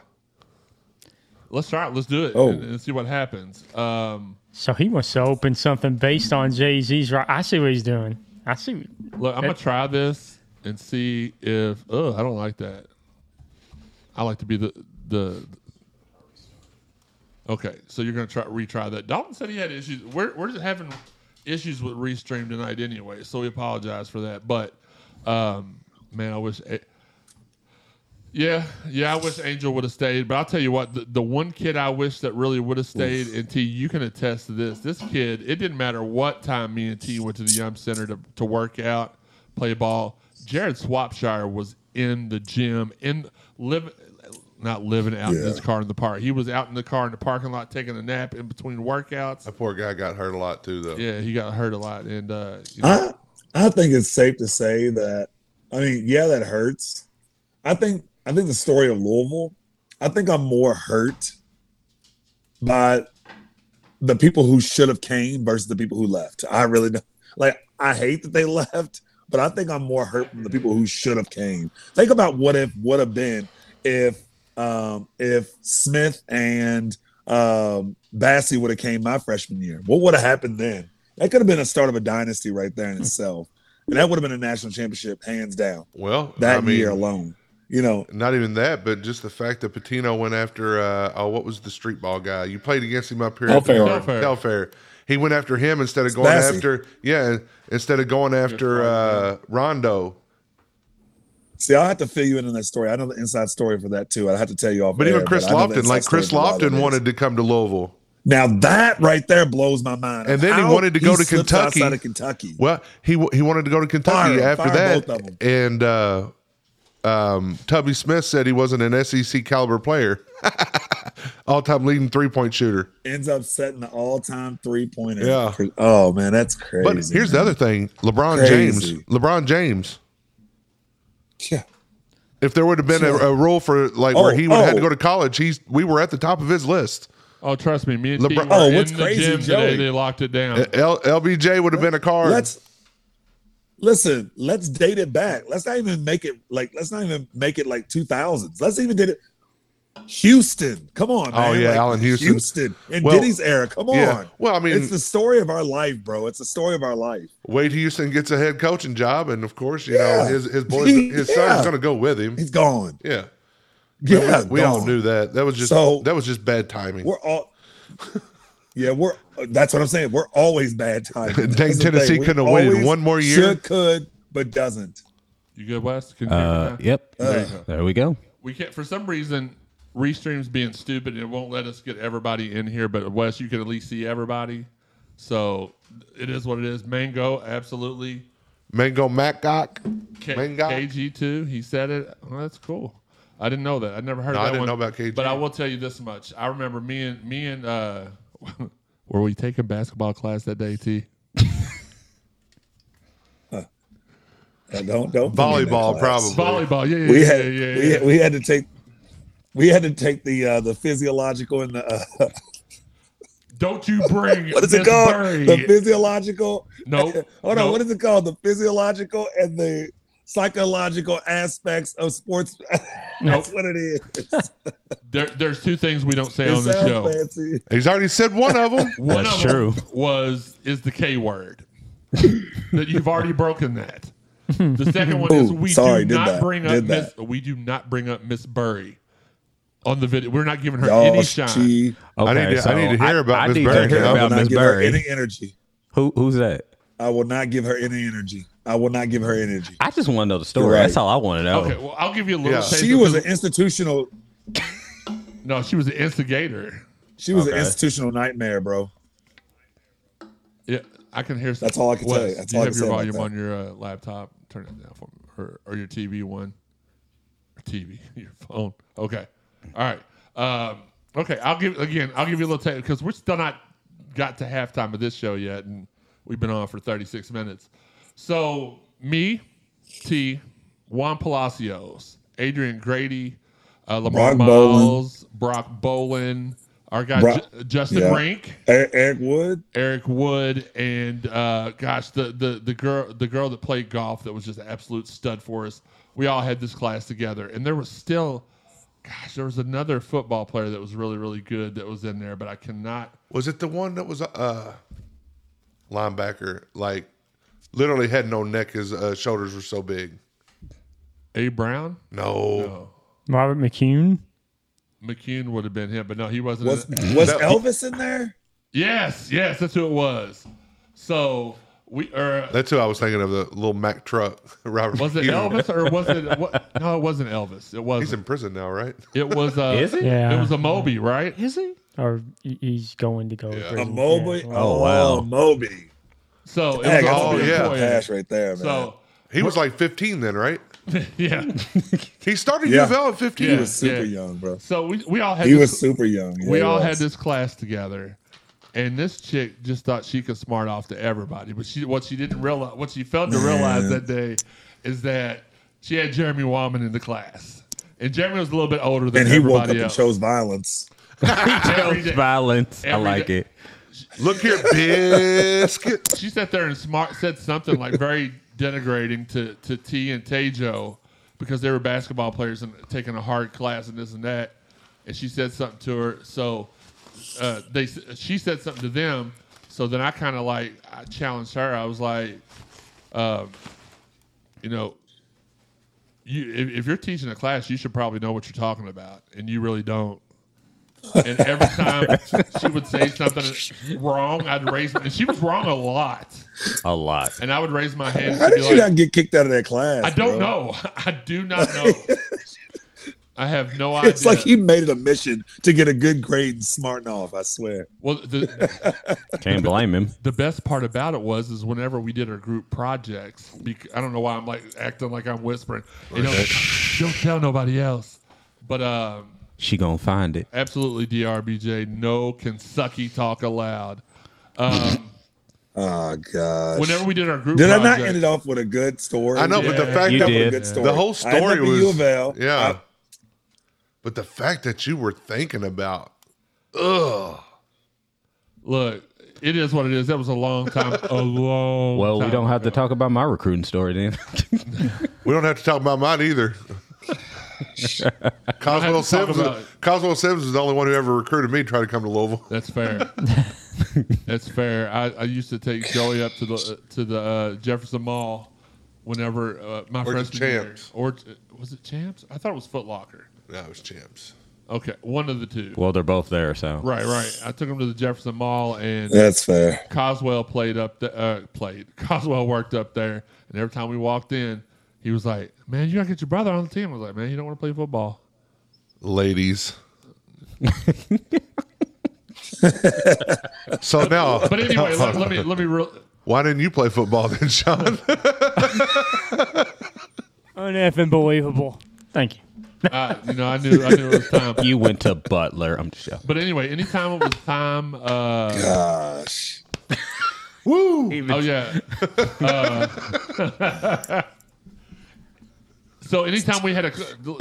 D: Let's try it. Let's do it
F: Oh.
D: and, and see what happens. Um,
A: So he wants to open something based on Jay Z's. Right, I see what he's doing. I see.
D: look, I'm gonna try this and see if. Oh, I don't like that. I like to be the the. Okay, so you're gonna try retry that. Dalton said he had issues. We're we're just having issues with restream tonight anyway, so we apologize for that. But um, man, I wish. Yeah, yeah, I wish Angel would have stayed. But I'll tell you what, the, the one kid I wish that really would have stayed, and T, you can attest to this. This kid, it didn't matter what time me and T went to the Yum Center to, to work out, play ball. Jared Swapshire was in the gym, in living, not living out in his
F: Yeah.
D: car in the park. He was out in the car in the parking lot taking a nap in between workouts.
E: That poor guy got hurt a lot too, though.
D: Yeah, he got hurt a lot, and uh, you know,
F: I I think it's safe to say that I mean, yeah, that hurts. I think I think the story of Louisville, I think I'm more hurt by the people who should have came versus the people who left. I really don't like I hate that they [LAUGHS] left, but I think I'm more hurt from the people who should have came. Think about what if would have been if um if Smith and um Bassey would have came my freshman year. What would have happened then? That could have been a start of a dynasty right there in
E: Hmm.
F: itself. And that would have been a national championship, hands down,
E: Well,
F: that
E: I mean,
F: year alone. You know,
E: not even that, but just the fact that Patino went after uh, oh, what was the street ball guy? You played against him up here. at the-
H: Telfair.
D: Telfair.
E: Telfair. He went after him instead of going
F: Bassey.
E: after yeah, instead of going after uh, Rondo.
F: see, I'll have to fill you in on that story. I know the inside story for that too. I'd have to tell you off.
E: But
F: air,
E: even Chris
F: I know the
E: Lofton,
F: inside
E: like Chris
F: story for why that
E: Lofton
F: is.
E: wanted to come to Louisville.
F: Now that right there blows my mind.
E: And then he
F: How
E: wanted to go to
F: slipped
E: Kentucky.
F: Outside of Kentucky.
E: Well, he w- he wanted to go to Kentucky
F: Fire 'em,
E: after
F: fire
E: that,
F: both of 'em.
E: and uh, um, Tubby Smith said he wasn't an SEC caliber player, [LAUGHS] all time leading three point shooter.
F: Ends up setting the all-time three-pointer.
E: Yeah.
F: Oh man, that's crazy.
E: But here's the
F: man.
E: other thing: LeBron
F: Crazy.
E: James. LeBron James.
F: Yeah.
E: If there would have been a,
F: Sure.
E: a rule for like where
F: Oh,
E: he would have had to
F: oh.
E: go to college, he's we were at the top of his list.
D: oh, trust me, me and T
E: LeBron-
D: were
F: Oh,
D: in
F: what's
D: the
F: crazy,
D: gym today.
F: Joey? Eh,
D: They locked it down.
E: Uh, L- LBJ would have been a card.
F: Let's listen. Let's date it back. Let's not even make it like. Let's not even make it like two thousands. Let's even date it. Houston, come on,
E: Oh,
F: man.
E: yeah,
F: Like,
E: Allen Houston.
F: Houston in
E: Well,
F: Diddy's era. Come on.
E: yeah. Well, I mean-
F: it's the story of our life, bro. It's the story of our life.
E: Wade Houston gets a head coaching job, and of course, you know
F: Yeah.
E: his his boys,
F: He-
E: his
F: yeah.
E: son's going to go with him.
F: He's gone.
E: Yeah,
F: Yeah,
E: we all
F: gone.
E: knew that. That was just
F: So-
E: that was just bad timing.
F: We're all. Yeah, we're. That's what I'm saying. We're always bad
E: [LAUGHS]
F: times. That's the thing.
E: Tennessee
F: We
E: couldn't have waited
F: always
E: one more year?
F: Should could, but doesn't.
D: You good, West? Can you hear me
J: Uh,
D: now?
J: yep.
D: There you go.
J: There we go.
D: we can't for some reason restreams being stupid and it won't let us get everybody in here but wes you can at least see everybody so it is what it is mango absolutely
E: Mango Maccock.
D: K-
E: Mango.
D: kg2 he said it well, that's cool i didn't know that i never heard
E: No, I
D: that
E: didn't
D: one.
E: know about KG.
D: but i will tell you this much i remember me and me and uh [LAUGHS] were we taking basketball class that day t
F: Uh, Don't don't put me in that
E: Volleyball,
F: class.
E: probably.
D: volleyball yeah yeah
F: we
D: yeah,
F: had
D: yeah, yeah,
F: we, had- we had to take we had to take the uh, the physiological and the uh, [LAUGHS]
D: don't you bring
F: what is it
D: Miss
F: called
D: Bird.
F: the physiological
D: no
F: [LAUGHS] hold
D: no.
F: on what is it called the physiological and the psychological aspects of sports. [LAUGHS]
D: Nope.
F: That's what it is.
D: There, there's two things we don't say
F: It
D: on the
F: sounds
D: show.
F: fancy.
E: He's already said one of them.
D: One
H: That's
D: of 'em
H: true.
D: was is the
H: [LAUGHS]
D: K word that you've already broken that. The second one is
F: Ooh,
D: we
F: sorry,
D: do
F: did
D: not
F: that,
D: bring up
F: did
D: Miss,
F: that.
D: we do not bring up Miss Burry on the video. We're not giving her
F: Y'all,
D: any shine.
F: she
E: I need to- I need to hear about
H: I
E: Miss
H: need to
E: Berry
H: hear
E: now.
F: I
H: about
F: will
H: Miss
F: not give her
H: Berry.
F: any energy.
H: Who who's that?
F: I will not give her any energy. I will not give her energy.
H: I just want to know the story.
F: Right.
H: That's all I want to know.
D: Okay, well I'll give you a little.
E: Yeah.
D: taste
F: She
D: of-
F: was an institutional.
D: no, she was an instigator.
F: She was
H: Okay.
F: an institutional nightmare, bro.
D: Yeah, I can hear.
F: That's all I can
D: Wes,
F: tell you. That's
D: do you
F: all I
D: have
F: can
D: your
F: say about
D: volume
F: that.
D: on your uh, laptop. Turn it down for me, or, or your TV one, or TV, [LAUGHS] your phone. Okay, all right. Um, okay, I'll give again. I'll give you a little tape because we're still not got to halftime of this show yet, and we've been on for thirty six minutes. So me, T, Juan Palacios, Adrian Grady, uh, Lamar
F: Brock Bolin.
D: Miles, Brock Bolin, our guy
F: Brock-
D: Ju- Justin
F: Yeah.
D: Rink.
F: Eric, E-, Eric Wood.
D: Eric Wood and uh, gosh, the, the the girl the girl that played golf that was just an absolute stud for us. We all had this class together, and there was still, gosh, there was another football player that was really really good that was in there, but I cannot.
E: [LAUGHS] Was it the one that was uh linebacker? Like literally had no neck. His uh, shoulders were so big.
D: A Brown,
E: No,
A: Robert McCune.
D: McCune would have been him, but no, he wasn't.
F: Was
D: in it.
F: was Elvis in there?
D: Yes, yes, that's who it was. So we or
E: that's who I was thinking of. The little Mack truck. [LAUGHS] Robert.
D: was it
E: Peter.
D: Elvis or was it what? No, it wasn't Elvis. It
E: He's in
D: wasn't.
E: prison now, right?
D: It was. Uh,
H: Is it?
A: Yeah.
D: It was a Moby, right?
H: Is he?
A: or he- he's going to go. to prison.
F: A Moby.
A: Yeah.
F: Oh,
H: wow.
F: wow, Moby.
D: So it
F: Heck,
D: was
F: that's
D: all
F: a big
E: yeah.
F: pass right there, man.
D: So
E: He was like 15 then, right?
D: [LAUGHS] yeah,
E: He started
F: Yeah.
E: UofL at 15.
F: he
D: Yeah.
F: was super
D: yeah.
F: young, bro.
D: so we, we all had
F: He
D: this,
F: was super young. Yeah,
D: we
F: he
D: all
F: was.
D: had this class together, and this chick just thought she could smart off to everybody. But she what she didn't realize what she failed to realize that day is that she had Jeremy Wallman in the class, and Jeremy was a little bit older than
F: And he woke up
D: everybody
F: and
D: else. [LAUGHS]
F: chose violence.
D: Every day-
H: Violence. I
D: Every
H: like
D: day.
H: it.
E: Look here,
F: [LAUGHS]
E: biscuit.
D: she sat there and smart said something like very [LAUGHS] denigrating to to T and Tejo because they were basketball players and taking a hard class and this and that. And she said something to her, so uh, they s- she said something to them. So then I kind of like I challenged her. I was like, um, you know, you if, if you're teaching a class, you should probably know what you're talking about, and you really don't. And every time she would say something wrong, I'd raise. And she was wrong a lot,
H: A lot.
D: and I would raise my hand.
F: How
D: and be
F: did you
D: like,
F: not get kicked out of that class?
D: I don't
F: bro? [LAUGHS]
D: know. [LAUGHS] I do not know. I have no idea.
F: It's like he made it a mission to get a good grade and smarting off. I swear.
D: well, the,
H: Can't blame him.
D: the best part about it was is whenever we did our group projects bec- i don't know why i'm like acting like i'm whispering you know, don't tell nobody else but um,
H: She gonna find it.
D: absolutely drbj no kentucky talk allowed um,
F: Oh gosh.
D: whenever we did our group
F: did I not
D: project-
F: end it off with a good story?
E: I know, but the
D: Yeah.
E: fact
H: You
E: that
H: did.
F: a good story.
E: the whole
F: I ended
E: story
F: up at
E: was
F: U of L.
E: yeah,
F: I-
E: but the fact that you were thinking about
D: look it is what it is that was a long time
E: [LAUGHS]
D: a long
H: Well, we
D: time
H: don't have to
D: ago.
H: talk about my recruiting story then.
E: We don't have to talk about mine
D: [LAUGHS]
E: either. Coswell
D: to talk
E: Sims,
D: about it.
E: Coswell Sims is the only one who ever recruited me to try to come to Louisville.
H: [LAUGHS]
D: That's fair. That's fair. I, I used to take Joey up to the to the uh, Jefferson Mall whenever uh, my
E: the
D: freshman
E: Champs.
D: year, or uh, was it Champs? I thought it was Foot Locker.
E: That was champs.
D: Okay, one of the two.
H: [LAUGHS] well, they're both there, so
D: Right, right. I took him to the Jefferson Mall, and
F: That's fair.
D: Coswell played up the uh, played. [LAUGHS] Coswell worked up there, and every time we walked in, he was like, "Man, you gotta get your brother on the team." I was like, "Man, you don't want to play football." [LAUGHS]
E: Ladies. so now,
D: But anyway, let, let me let me. Re-
E: [LAUGHS] why didn't you play football then, Sean?
A: Uneffing believable. Thank you.
D: I, you know, I knew I knew it was time.
H: you went to Butler. I'm just joking.
D: But anyway, anytime it was time. Uh, [LAUGHS]
F: Gosh.
D: Oh yeah. Uh, [LAUGHS] so anytime we had a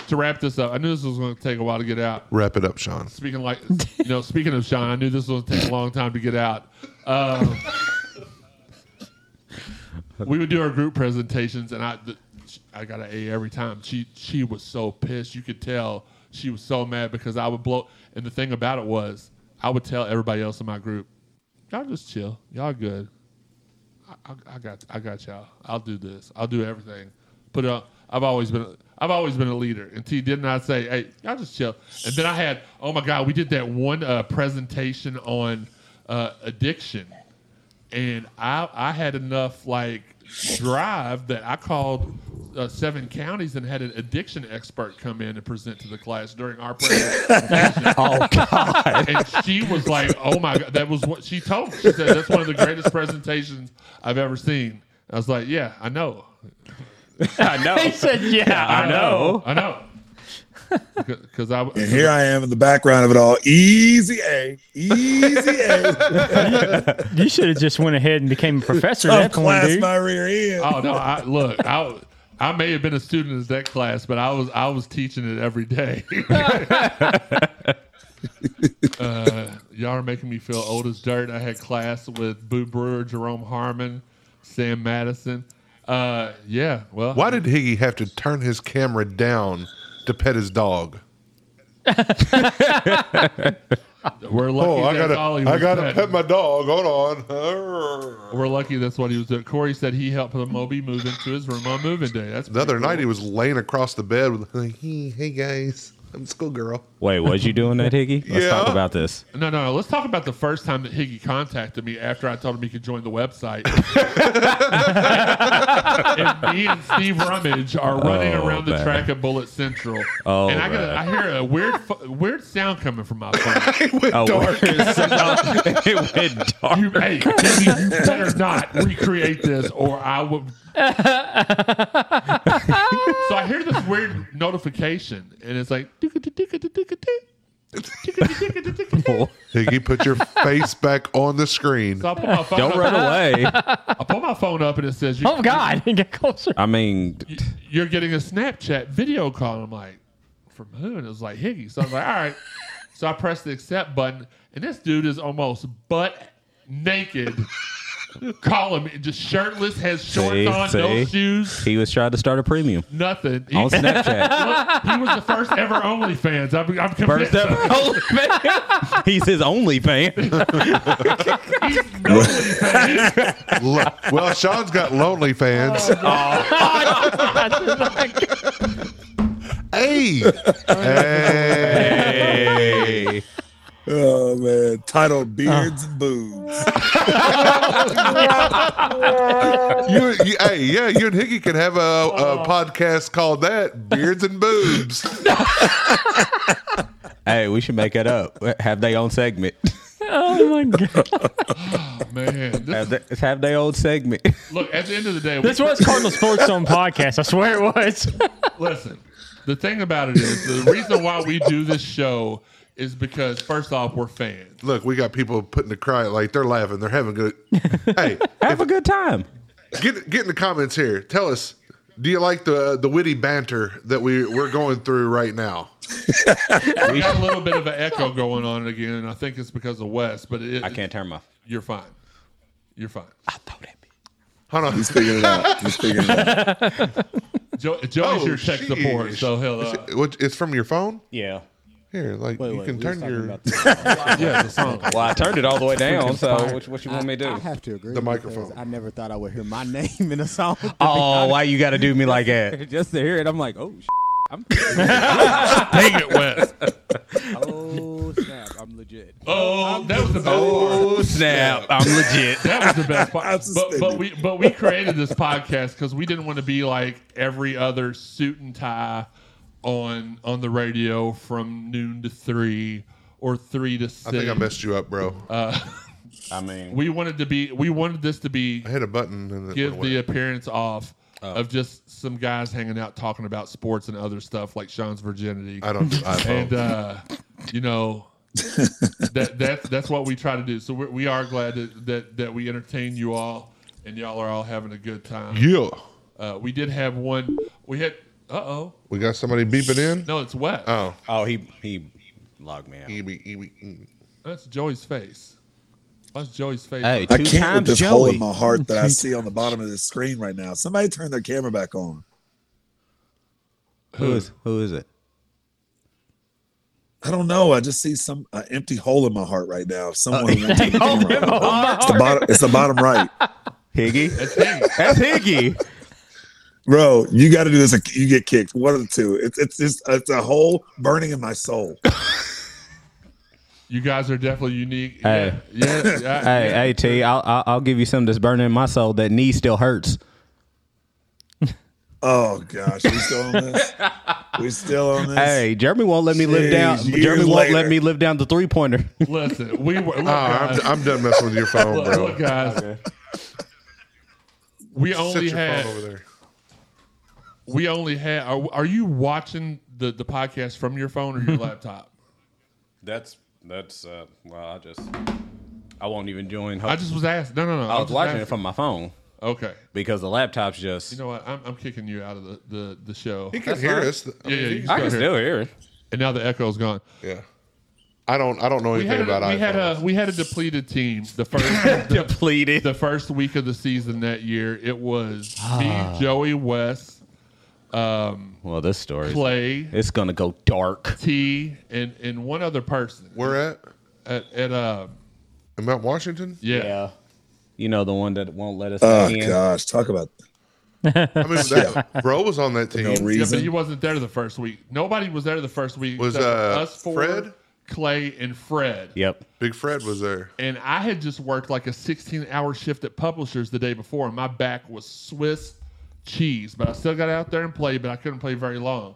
D: to wrap this up, I knew this was going to take a while to get out.
E: Wrap it up, Sean.
D: Speaking like you know, speaking of Sean, I knew this was going to take a long time to get out. Um, we would do our group presentations, and I, the, I got an A every time. She she was so pissed. You could tell she was so mad because I would blow. And the thing about it was, I would tell everybody else in my group, "Y'all just chill. Y'all good. I, I, I got I got y'all. I'll do this. I'll do everything. Put it on. I've always been." I've always been a leader, and T did not say, "Hey, y'all just chill." And then I had, oh my God, we did that one uh, presentation on uh, addiction, and I I had enough like drive that I called uh, seven counties and had an addiction expert come in and present to the class during our presentation. oh God! And she was like, "Oh my God!" That was what she told me. She said, "That's one of the greatest presentations I've ever seen." I was like, "Yeah, I know,
G: I know.
A: He said, [LAUGHS] "Yeah, I know."
D: I know," because I
F: And here I am in the background of it all. Easy A, easy A.
A: You should have just went ahead and became a professor at
F: I'll
A: that point,
F: class
A: dude.
F: my rear end.
D: Oh no! I, look, I w- I may have been a student in that class, but I was I was teaching it every day. [LAUGHS] uh, y'all are making me feel old as dirt. I had class with Boo Brewer, Jerome Harmon, Sam Madison. Uh, yeah, well,
E: Why did Higgy have to turn his camera down to pet his dog?
D: we're lucky.
E: Oh, I
D: that's
E: gotta,
D: all he
E: I
D: was
E: gotta
D: petting.
E: pet my dog. Hold on.
D: We're lucky that's what he was doing. Corey said he helped Moby move into his room on moving day. That's
E: The other night he was laying across the bed with like, hey, hey guys, I'm a schoolgirl.
J: Wait, was you doing that, Higgy? Let's
E: Yeah.
J: talk about this.
D: No, no, no. Let's talk about the first time that Higgy contacted me after I told him he could join the
J: [LAUGHS]
D: website. and me and Steve Rummage are running
J: Oh,
D: around the
J: man.
D: track of Bullet Central.
J: Oh,
D: and I, get a, I
J: man.
D: hear a weird, fu- weird sound coming from my phone.
J: Oh, [LAUGHS] it went dark.
D: you, hey, Higgy, you better not recreate this, or I
J: [LAUGHS]
D: will. so I hear this weird notification, and it's like.
E: Higgy, put
D: [LAUGHS]
E: your face back on the screen.
D: So I put my phone
J: Don't
D: up-
J: [LAUGHS] run away.
D: I pull my phone up and it says,
A: Oh God, [LAUGHS] he got closer.
J: I mean,
D: you're getting a Snapchat video call. And I'm like, from who? And it was like Higgy. So I was like, all right. So I pressed the accept button, and this dude is almost butt naked. calling me just shirtless, has shorts
J: See,
D: on, no
J: see?
D: shoes,
J: he was trying to start a premium
D: nothing. He,
J: on Snapchat.
D: Look, he was the first ever OnlyFans. I'm, I'm convinced.
J: [LAUGHS] First
D: of
J: [LAUGHS] ever
D: it.
J: OnlyFans. He's his only fan.
D: He's no OnlyFans.
E: Lo- well, Sean's got lonely fans.
D: Oh,
E: hey, hey,
J: Hey.
F: Oh man, titled beards and boobs.
E: you, you, hey, yeah, you and Hickey could have a,
I: Oh.
E: a podcast called that "Beards and Boobs."
I: [LAUGHS]
J: hey, we should make it up. Have their own segment.
A: Oh my God,
D: Man, this,
J: Have, they, have their own segment.
D: look. At the end of the day, we-
A: this was Cardinal Sports Zone podcast. I swear it was.
D: Listen, the thing about it is the reason why we do this show is because first off, we're fans.
E: Look, we got people putting the cry like they're laughing, they're having good. Hey,
J: Have a good time.
E: get get in the comments here. Tell us, do you like the the witty banter that we we're going through right now?
D: We got a little bit of an echo going on again, and I think it's because of Wes. But it,
J: I can't turn my.
D: You're fine. You're fine.
E: Hold on.
F: He's figuring it out. He's figuring it out.
D: Joe, Joey's
E: Oh,
D: your tech
E: sheesh.
D: support, so he'll. Uh,
E: What- It's from your phone.
J: Yeah.
E: Here, like
I: Wait,
E: you
I: wait,
E: can
I: we was
E: turn
I: talking
E: your
I: about this.
D: yeah, the song.
J: Well, I [LAUGHS] turned it all the way down. So, what, what you want me to
I: I
J: do?
I: have to agree.
E: The
I: because
E: microphone.
I: I never thought I would hear my [LAUGHS] name in a song. to be
J: Oh, why you got to do me like that?
I: honest. [LAUGHS] just to hear it, I'm like, oh, sh- I'm,
D: Dang it, Wes.
I: oh snap, I'm legit.
D: Oh, that was the best part.
J: Oh snap! I'm legit.
D: That was the
E: [LAUGHS]
D: best
F: I'm
D: part. But,
F: suspended.
D: but we but we created this podcast because we didn't want to be like every other suit and tie on on the radio from noon to three or three to six.
E: I think I messed you up, bro.
J: I mean,
D: we wanted to be we wanted this to be
E: I hit a button and it
D: give
E: went
D: the
E: away.
D: appearance off
E: Oh.
D: of just some guys hanging out talking about sports and other stuff like Sean's virginity.
E: I don't do iPhone.
D: and uh, you know that that's that's what we try to do. So we're, we are glad that, that that we entertain you all and y'all are all having a good time.
E: yeah,
D: Uh, we did have one. We had. Uh oh.
E: we got somebody beeping in.
D: No, it's wet.
E: Oh,
J: oh, he he logged me out.
E: mm. Eeby, eeby, eeby.
D: That's Joey's face. That's Joey's face.
F: I can't with this hole in my heart that I see on the bottom of this screen right now. Somebody turn their camera back on.
K: Who is who is it?
F: I don't know. I just see some uh, empty hole in my heart right now. If someone
K: Uh, [LAUGHS] empty
F: went to the
K: hole in
F: camera.
K: my
F: it's the
K: heart.
F: bottom. It's the bottom right.
K: Higgy. That's Higgy.
F: Bro, you got to do this. You get kicked. One of the two. It's it's just it's a hole burning in my soul.
D: You guys are definitely unique.
K: Hey,
D: Yeah. Yeah. yeah,
K: hey,
D: yeah.
K: hey, T. I'll, I'll I'll give you something that's burning in my soul. That knee still hurts.
F: Oh gosh, we still
D: [LAUGHS]
F: on this. We still on this.
K: Hey, Jeremy won't let me live
F: Jeez,
K: down.
F: years
K: Jeremy won't let
F: later.
K: me live down the three pointer.
D: Listen, we were. Look,
E: Oh, I'm,
D: guys,
E: I'm done messing with your phone,
D: look,
E: bro.
D: look, guys. We
E: Set
D: only
E: your phone
D: had.
E: over there.
D: We only had. Are, are you watching the, the podcast from your phone or
E: [LAUGHS]
D: your laptop?
G: That's that's uh, well, I just I won't even join.
D: I just was asked. No, no, no.
G: I
D: I'm
G: was
D: just
G: watching it
D: asking.
G: from my phone
D: Okay.
G: because the laptop's just.
D: You know what? I'm, I'm kicking you out of the, the, the show.
E: He can That's hear fine. us. I
D: yeah,
E: mean,
D: yeah,
E: he
D: you
E: can
G: I
D: still
G: can still hear it.
D: And now the echo's gone.
E: Yeah. I don't. I don't know
D: We
E: anything
D: had, a,
E: about
D: we had
E: iPhones.
D: a we had a depleted team
E: [LAUGHS]
D: the first depleted the first week of the season that year. It was
G: Ah.
D: me, Joey West, um,
K: Well, this story is-
D: Clay,
K: it's gonna go dark.
D: T, and and one other person.
E: Where at?
D: At, at uh,
E: In Mount
F: [LAUGHS]
E: Washington.
D: yeah.
K: You know the one that won't let us.
F: Oh
K: in.
F: gosh, talk about
E: I mean, that, bro was on that team.
F: no
D: Yeah, but
F: reason.
D: he wasn't there the first week. Nobody was there the first week.
E: Was,
D: except for
E: uh, Fred?
D: Clay, and Fred.
K: Yep.
E: Big Fred was there.
D: And I had just worked like a 16 hour shift at Publishers the day before, and my back was Swiss cheese. But I still got out there and played, but I couldn't play very long.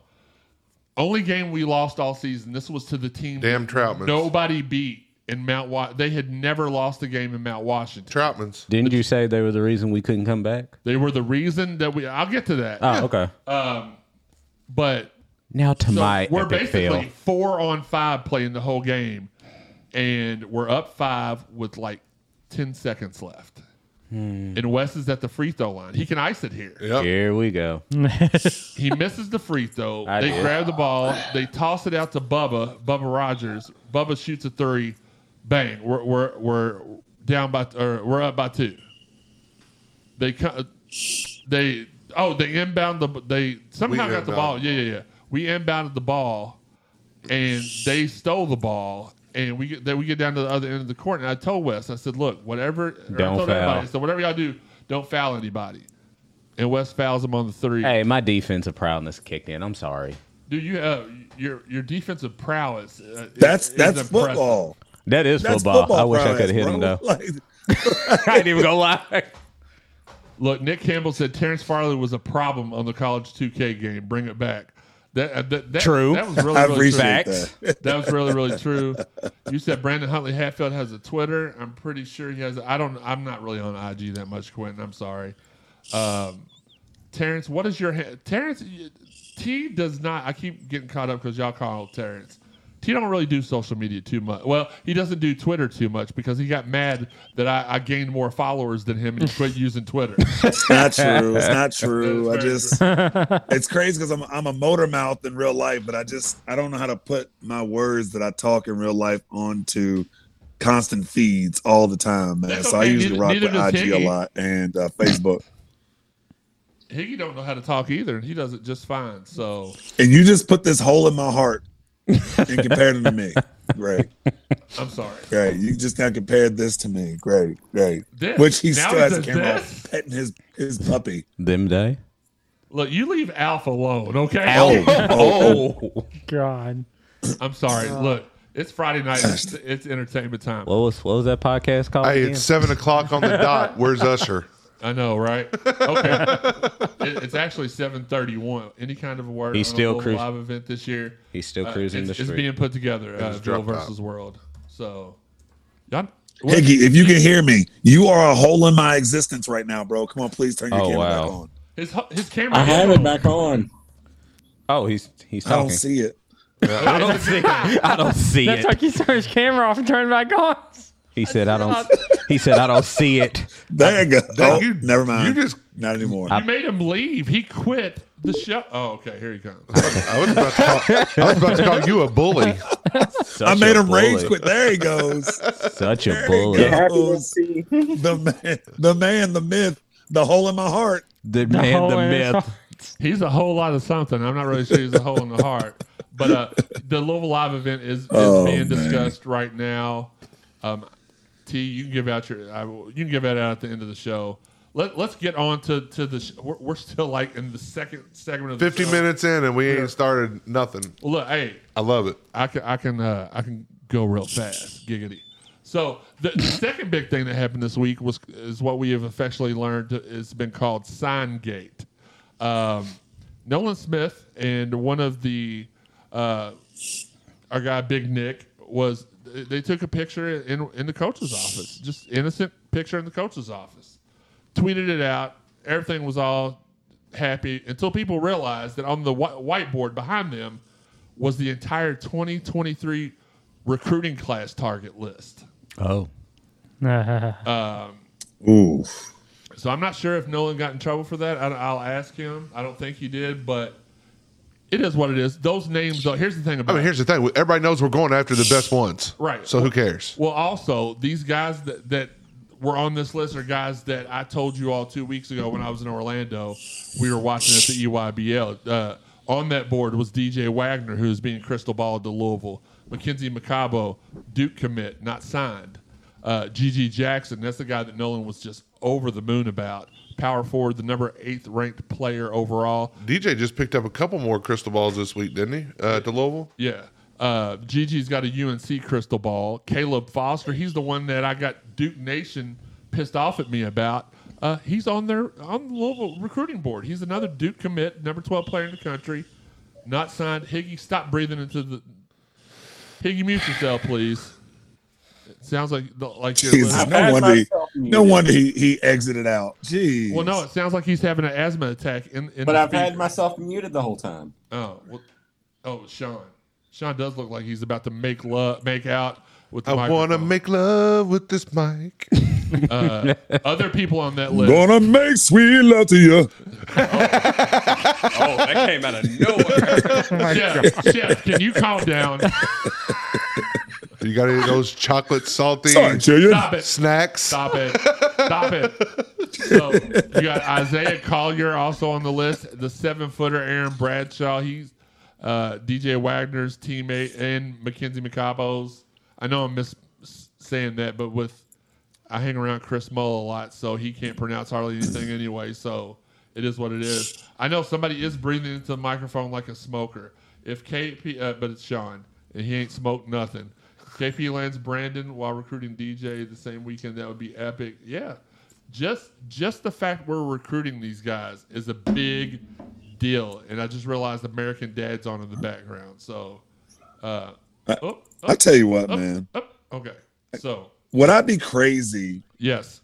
D: Only game we lost all season. This was to the team
E: Damn Troutman.
D: nobody beat in Mount. Wa- they had never lost a game in Mount Washington.
E: Troutman's.
K: Didn't you say they were the reason we couldn't come back?
D: They were the reason that we. I'll get to that.
K: Oh, okay.
D: Um, but
K: Now to
D: So
K: my
D: we're
K: epic
D: basically
K: fail.
D: four on five playing the whole game, and we're up five with like ten seconds left.
K: Hmm.
D: And Wes is at the free throw line. He can ice it here.
E: Yep.
K: Here we go.
D: He misses the free throw.
K: [LAUGHS] I
D: they
K: did.
D: grab the ball. They toss it out to Bubba. Bubba Rogers. Bubba shoots a three. Bang. We're we're, we're down by or we're up by two. They co- they oh they inbound the they somehow
E: We
D: got the
E: inbound.
D: ball. Yeah yeah yeah. We inbounded the ball, and they stole the ball. And we get, then we get down to the other end of the court, and I told Wes, I said, "Look, whatever." or I
K: Don't
D: told everybody,
K: foul.
D: I said, "Whatever y'all do, don't foul anybody." And Wes fouls him on the three.
K: Hey, my defensive prowess kicked in. I'm sorry.
D: Dude, you uh, your your defensive prowess. Uh,
F: That's
D: is- is
F: that's
D: impressive.
F: football.
K: That is
F: That's
K: football.
F: football
K: I wish I could
F: prowess,
K: have hit him
F: bro.
K: though.
F: [LAUGHS] Like,
K: [LAUGHS] I ain't even gonna lie.
D: Look, Nick Campbell said Terrence Farley was a problem on the college 2K game. Bring it back. That, uh, that, that
K: True.
D: That was really,
F: I
D: really true.
F: appreciate
K: Facts.
F: that.
D: That was really really true. You said Brandon Huntley Hatfield has a Twitter. I'm pretty sure he has. I don't. I'm not really on IG that much, Quentin. I'm sorry. Um, Terrence, what is your ha- Terrence? y- T does not. I keep getting caught up because y'all call him Terrence. T don't really do social media too much. Well, he doesn't do Twitter too much because he got mad that I, I gained more followers than him and he quit [LAUGHS] using Twitter.
F: It's not true. It's not true. I
D: That is
F: just it's crazy because I'm I'm a motor mouth in real life, but I just I don't know how to put my words that I talk in real life onto constant feeds all the time, man.
D: That's
F: so I
D: okay.
F: usually
D: Neither-
F: rock
D: neither does
F: with IG a
D: Higgy.
F: lot and uh, Facebook.
D: Higgy don't know how to talk either, and he does it just fine. So
F: And you just put this hole in my heart and compared it to me. Great,
D: I'm sorry.
F: great. You just now compared this to me. Great, great.
D: This?
F: Which he
D: Now
F: still
D: he
F: has a
D: does
F: camera
D: this?
F: off petting his his puppy.
K: Them day.
D: Look, you leave Alf alone, okay?
F: Oh, oh,
A: [LAUGHS] God.
D: I'm sorry. Look, it's Friday night. It's, it's entertainment time.
K: What was what was that podcast called?
E: Hey,
F: oh,
K: again?
E: it's seven o'clock on the dot. Where's Usher?
F: [LAUGHS]
D: I know, right? Okay. [LAUGHS] it, it's actually 7:31. Any kind of award.
K: He's
D: on a
K: still
D: little
K: cruis-
D: live event this year.
K: He's still
D: Uh,
K: cruising
D: it's,
K: the
D: It's
K: street.
D: being put together. Uh,
E: just
D: Bill
E: dropped out.
D: versus World. So, y'all,
F: Higgy, if you can hear me, you are a hole in my existence right now, bro. Come on, please turn your
K: Oh,
F: camera
K: wow.
F: back on.
D: his hu- his camera.
H: I have
D: is
H: it back on.
K: oh, he's he's
F: I don't
K: talking.
F: see it.
K: [LAUGHS] I don't see it. I don't see
A: That's [LAUGHS]
K: it.
A: like you turn his camera off and turn it back on.
K: He said, "I don't." He said, "I don't see
F: [LAUGHS]
K: it."
F: There you go. Oh,
D: Dang, you-
F: never mind.
D: you just-
F: not anymore.
D: You made him leave. He quit the show. Oh, okay. Here he comes.
E: I was about to call, I was about to call you a bully.
F: I made him rage quit. There he goes.
K: Such a
F: There he
K: bully.
F: goes. the man, the man, the myth, the hole in my heart.
K: The
D: hole in his heart. He's a whole lot of something. I'm not really sure he's a hole in the heart. But uh, the Louisville Live event is, is
F: Oh,
D: being
F: man.
D: discussed right now. Um, T, you can give out your I, will- you can give that out at the end of the show. Let, let's get on to, to the sh- we're, we're still like in the second segment of the
F: [LAUGHS]
E: Fifty
D: show.
E: minutes in, and we ain't started nothing.
D: Well, Look, hey,
E: I love it.
D: I can I can uh, I can go real fast, giggity. So the, the second big thing that happened this week was is what we have affectionately learned has been called Signgate. Um, Nolan Smith and one of the uh, our guy Big Nick was they took a picture in in the coach's office, just innocent picture in the coach's office, tweeted it out. Everything was all happy until people realized that on the whi- whiteboard behind them was the entire 2023 recruiting class target list.
K: Oh,
A: Uh,
D: Um,
F: Ooh.
D: so I'm not sure if Nolan got in trouble for that. I, I'll ask him. I don't think he did, but it is what it is. Those names. Though, here's the thing
E: I
D: about.
E: mean, here's the thing: everybody knows we're going after the best ones,
D: Right.
E: So who cares?
D: Well, also these guys that that were on this list are guys that I told you all two weeks ago when I was in Orlando. We were watching at the E EYBL. Uh, on that board was DJ Wagner, who's being crystal balled to Louisville. Mackenzie Macabo, Duke commit, not signed. Uh, GG Jackson, that's the guy that Nolan was just over the moon about. Power forward, the number eighth ranked player overall.
E: DJ just picked up a couple more crystal balls this week, didn't he? Uh, to Louisville.
D: Yeah. Uh, Gigi's got a UNC crystal ball. Caleb Foster, he's the one that I got Duke Nation pissed off at me about. Uh, he's on their on the Louisville recruiting board. He's another Duke commit, number twelve player in the country, not signed. Higgy, stop breathing into the Higgy. Mute yourself, please. It sounds like like you're
F: Jesus,
H: [LAUGHS]
F: no wonder, he, no wonder he, he exited out. Jeez.
D: Well, no, it sounds like he's having an asthma attack. In, in
H: But
D: the
H: I've had
D: speaker.
H: myself muted the whole time.
D: Oh, well, oh, Sean. Sean does look like he's about to make love, make out with the
E: I want to
D: microphone.
E: make love with this mic.
D: Uh, other people on that list.
F: Gonna make sweet love to you.
G: Oh, that came out of nowhere.
D: Chef, Chef, can you calm down?
E: You got any of
F: [LAUGHS]
E: those chocolate salty
F: Sorry, children.
D: Stop it.
E: snacks?
D: Stop it. Stop it. So you got Isaiah Collier also on the list. The seven footer Aaron Bradshaw. He's uh, DJ Wagner's teammate and Mackenzie McCabo's. I know I'm miss saying that, but with I hang around Chris Mull a lot, so he can't pronounce hardly anything anyway. So it is what it is. I know somebody is breathing into the microphone like a smoker. If KP, uh, but it's Sean, and he ain't smoked nothing. KP lands Brandon while recruiting DJ the same weekend. That would be epic. Yeah, just just the fact we're recruiting these guys is a big deal. And I just realized American Dad's on in the background. So, uh,
F: I-
D: oh,
F: I tell you what, man.
D: oh, okay. So
F: Would I be crazy
D: yes,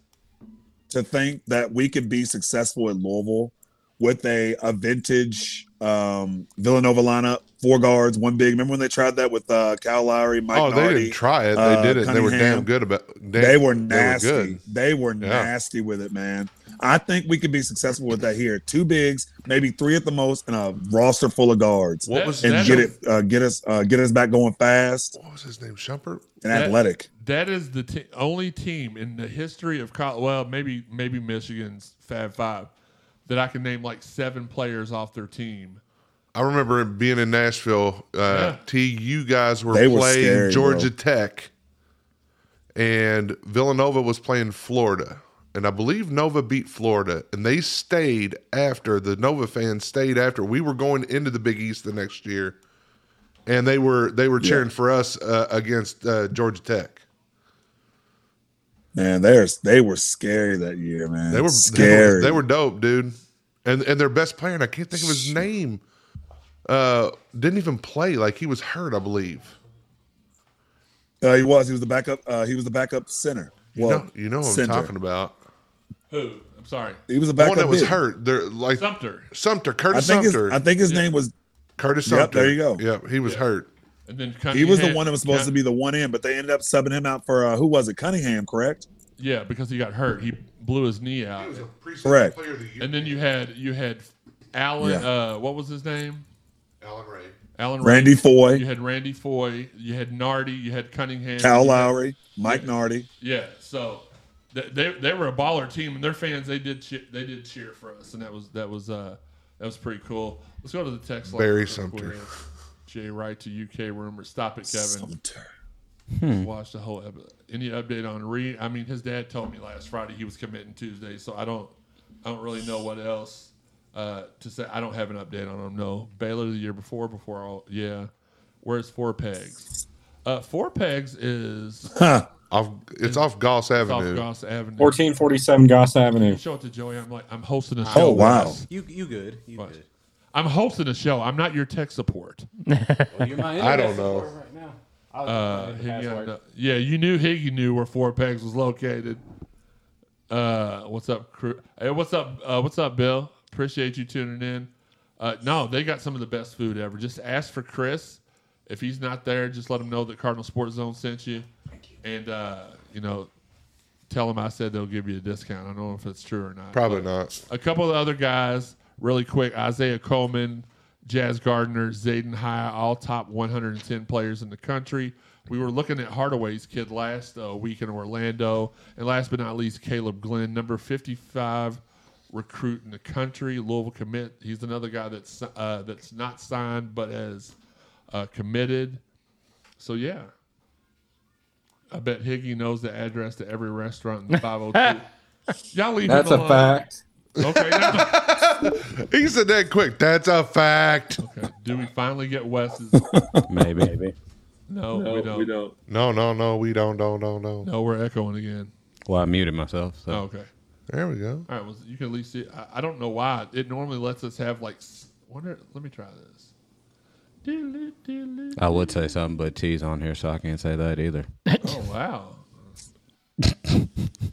F: to think that we could be successful at Louisville with a, a vintage um, Villanova lineup, four guards, one big? Remember when they tried that with uh, Cal Lowry, Mike
E: oh, they
F: Nardi?
E: didn't try it. They
F: uh,
E: did it. They were
F: Cunningham.
E: damn good about. Damn,
F: they were nasty. They were,
E: good. Yeah.
F: nasty with it, man. I think we could be successful with that here. Two bigs, maybe three at the most, and a roster full of guards,
E: What was
F: and
D: that-
F: get it, uh, get us, uh, get us back going fast
E: What was his name? Shumpert.
F: and
D: That-
F: athletic.
D: That is the te- only team in the history of college. Well, maybe maybe Michigan's Fab Five that I can name like seven players off their team.
E: I remember being in Nashville. Uh,
D: Yeah.
E: T, you guys were
F: They were
E: playing
F: scary,
E: Georgia
F: bro.
E: Tech, and Villanova was playing Florida, and I believe Nova beat Florida, and they stayed after the Nova fans stayed after we were going into the Big East the next year, and they were they were cheering for us uh, against uh, Georgia Tech.
F: Man, they're they were scary that year, man.
E: They were
F: scary.
E: They were, they were dope, dude. And and their best player, and I can't think of his name. Uh, didn't even play. Like he was hurt, I believe.
F: Uh, he was. He was the backup. Uh, he was the backup center.
E: You
F: Well,
E: know, you know what I'm
F: center.
E: talking about.
D: Who? I'm sorry,
F: He was the
E: The
F: backup.
E: one that was
F: big.
E: hurt. They're like
D: Sumter.
E: Sumter,
F: I
E: Curtis
F: think. His,
E: Sumter.
F: I think his name was.
E: Curtis
F: Yep,
E: Sumter.
F: there you go.
E: Yeah, he was hurt.
D: And And then
F: he was the
D: Cunningham-
F: one that was supposed to be the one in, but they ended up subbing him out for uh, who was it? Cunningham, correct?
D: Yeah, because he got hurt. He blew his knee out. He was a
F: Correct.
D: And then you had you had Allen.
F: Yeah.
D: Uh, what was his name? Allen Ray. Allen
F: Randy Foy.
D: You had Randy Foy. You had Nardi. You had Cunningham.
F: Cal
D: you had-
F: Lowry, Mike Nardi.
D: Yeah. So th- they they were a baller team, and their fans they did cheer, they did cheer for us, and that was that was uh that was pretty cool. Let's go to the text line.
E: Barry
D: real
E: Sumter.
D: quick. Jay Wright to UK rumors. Stop it, Kevin.
E: Hmm.
D: Watch the whole episode. Any update on Reed? I mean, his dad told me last Friday he was committing Tuesday, so I don't, I don't really know what else uh, to say. I don't have an update on him. No, Baylor the year before, before all, yeah. Where's Four Pegs? Uh, Four Pegs is
E: Off, it's off Goss Avenue.
D: off Goss Avenue.
H: 1447 Goss Avenue.
D: Show it to Joey. I'm like, I'm hosting a
H: Oh,
D: show.
H: wow.
D: Wes.
I: You you good? You
D: Wes.
I: good?
D: I'm hosting a show. I'm not your tech support.
H: you're my
E: I don't know.
H: I'll
D: Uh,
H: just
D: Higgy
H: find the password.
D: kno- yeah, you knew Higgy knew where Four Pegs was located. Uh, what's up, crew? Hey, what's up? Uh, what's up, Bill? Appreciate you tuning in. Uh, no, they got some of the best food ever. Just ask for Chris. If he's not there, just let him know that Cardinal Sports Zone sent you, and uh, you know, tell him I said they'll give you a discount. I don't know if it's true or not.
E: Probably not.
D: A couple of other guys, really quick Isaiah Coleman, Jazz Gardner, Zayden High, all top 110 players in the country. We were looking at Hardaway's kid last uh, week in Orlando. And last but not least, Caleb Glenn, number 55 recruit in the country, Louisville commit. He's another guy that's, uh, that's not signed but has uh, committed. So, yeah. I bet Higgy knows the address to every restaurant in the 502. Y'all leave him
H: That's a
D: alone.
H: fact.
D: Okay, now-
E: He said that quick. That's a fact.
D: Okay. Do we finally get Wes's?
K: [LAUGHS] Maybe. Maybe.
D: No, we don't.
E: No, no, no. We don't, don't, don't, don't.
D: No, we're echoing again.
K: Well, I muted myself. So.
D: Oh, okay.
E: There we go.
D: All right. Well, you can at least see. I, I don't know why it normally lets us have like. s- Wonder. Let me try this.
K: I would say something, but T's on here, so I can't say that either.
D: Oh
F: [LAUGHS]
D: wow.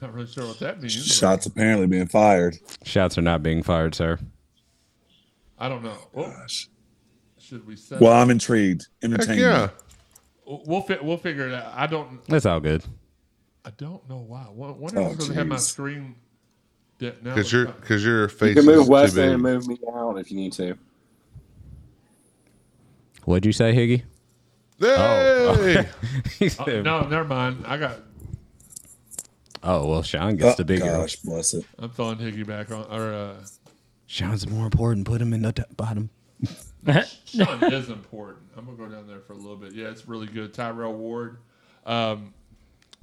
D: Not really sure what that means. but
F: Shots apparently being fired.
K: Shots are not being fired, sir.
D: I don't know. Oh, Should we set?
F: Well, I'm intrigued. Entertained.
E: yeah.
D: We'll we'll fi- we'll figure it out. I don't.
K: That's all good.
D: I don't know why. Wonder wonder if
F: Oh,
D: it's going to have my
F: jeez.
D: screen. De- now
E: Because
D: it's
E: your
D: not-
E: because your
H: You
E: face
H: can
E: is
H: move
E: too
H: west and
E: big.
H: move me out if you need to.
K: What'd you say, Higgy? [LAUGHS]
E: Hey!
K: He
D: Oh,
K: said-
D: no, never mind. I got.
K: Oh well, Sean gets the
F: Oh,
K: bigger.
F: gosh, bless it.
D: I'm throwing Higgy back on. Or uh,
K: Sean's more important. Put him in the t- bottom.
D: Sean is important. I'm gonna go down there for a little bit. Yeah, it's really good. Tyrell Ward. Um,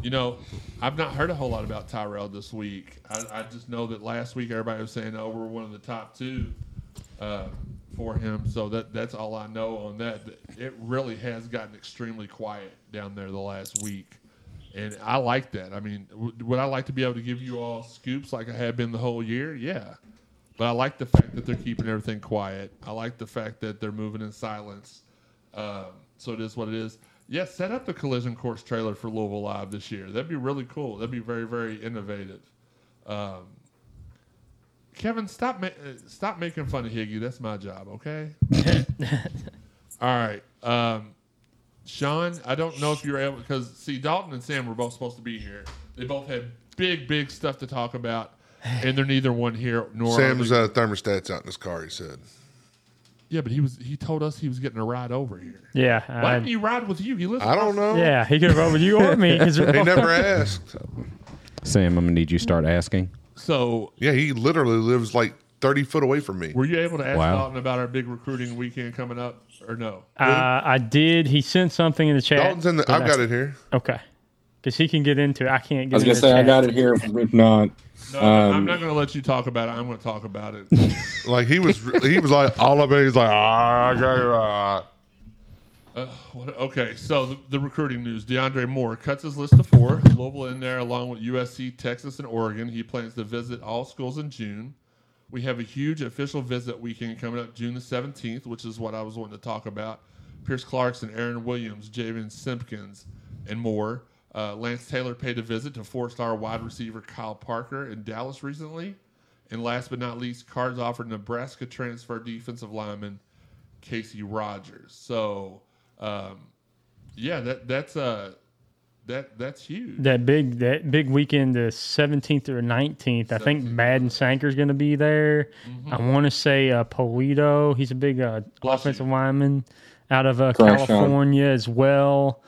D: you know, I've not heard a whole lot about Tyrell this week. I, I just know that last week everybody was saying, "Oh, we're one of the top two uh, for him." So that that's all I know on that. It really has gotten extremely quiet down there the last week, and I like that. I mean, w- would I like to be able to give you all scoops like I have been the whole year? Yeah. But I like the fact that they're keeping everything quiet. I like the fact that they're moving in silence. Um, so it is what it is. Yeah, set up the collision course trailer for Louisville Live this year. That'd be really cool. That'd be very, very innovative. Um, Kevin, stop ma- uh, stop making fun of Higgy. That's my job, okay? All right, um, Sean. I don't know if you're able because see, Dalton and Sam were both supposed to be here. They both had big, big stuff to talk about, and they're neither one here nor are
E: Sam's
D: they-
E: uh, thermostat's out in his car. He said.
D: Yeah, but he was he told us he was getting a ride over here.
A: Yeah.
D: Why
A: I,
D: didn't you ride with you? He lives
E: I don't know.
A: yeah. He could have rolled with you or
E: [LAUGHS]
A: me. It's-
E: He never asked.
K: Sam, I'm gonna need you to start [LAUGHS] asking.
D: So
E: Yeah, he literally lives like thirty foot away from me.
D: were you able to ask
K: Wow.
D: Dalton about our big recruiting weekend coming up or no?
A: uh, [LAUGHS] I did. He sent something in the chat.
E: Dalton's in the. I've got it here.
A: Okay. Because he can get into it. I can't
H: I
A: get
H: was
A: into
H: gonna say I got it here. If not,
D: No, I'm
H: Um,
D: not going to let you talk about it. I'm going to talk about it.
E: Like he was. he was like [LAUGHS] all of it. He's like ah. I got it, ah."
D: Uh, what, okay, so the, the recruiting news: DeAndre Moore cuts his list to four. Louisville in there, along with USC, Texas, and Oregon. He plans to visit all schools in June. We have a huge official visit weekend coming up June the seventeenth, which is what I was wanting to talk about. Pierce Clarkson, Aaron Williams, Javen Simpkins, and more. Uh, Lance Taylor paid a visit to four-star wide receiver Kyle Parker in Dallas recently. And last but not least, Cards offered Nebraska transfer defensive lineman Casey Rogers. So um, yeah, that that's uh that that's huge.
A: That big that big weekend, the seventeenth or nineteenth. I think Madden Sanker's going to be there. Mm-hmm. I want to say uh, Polito. He's a big uh, offensive lineman out of uh,
L: Crenshaw.
A: California as well.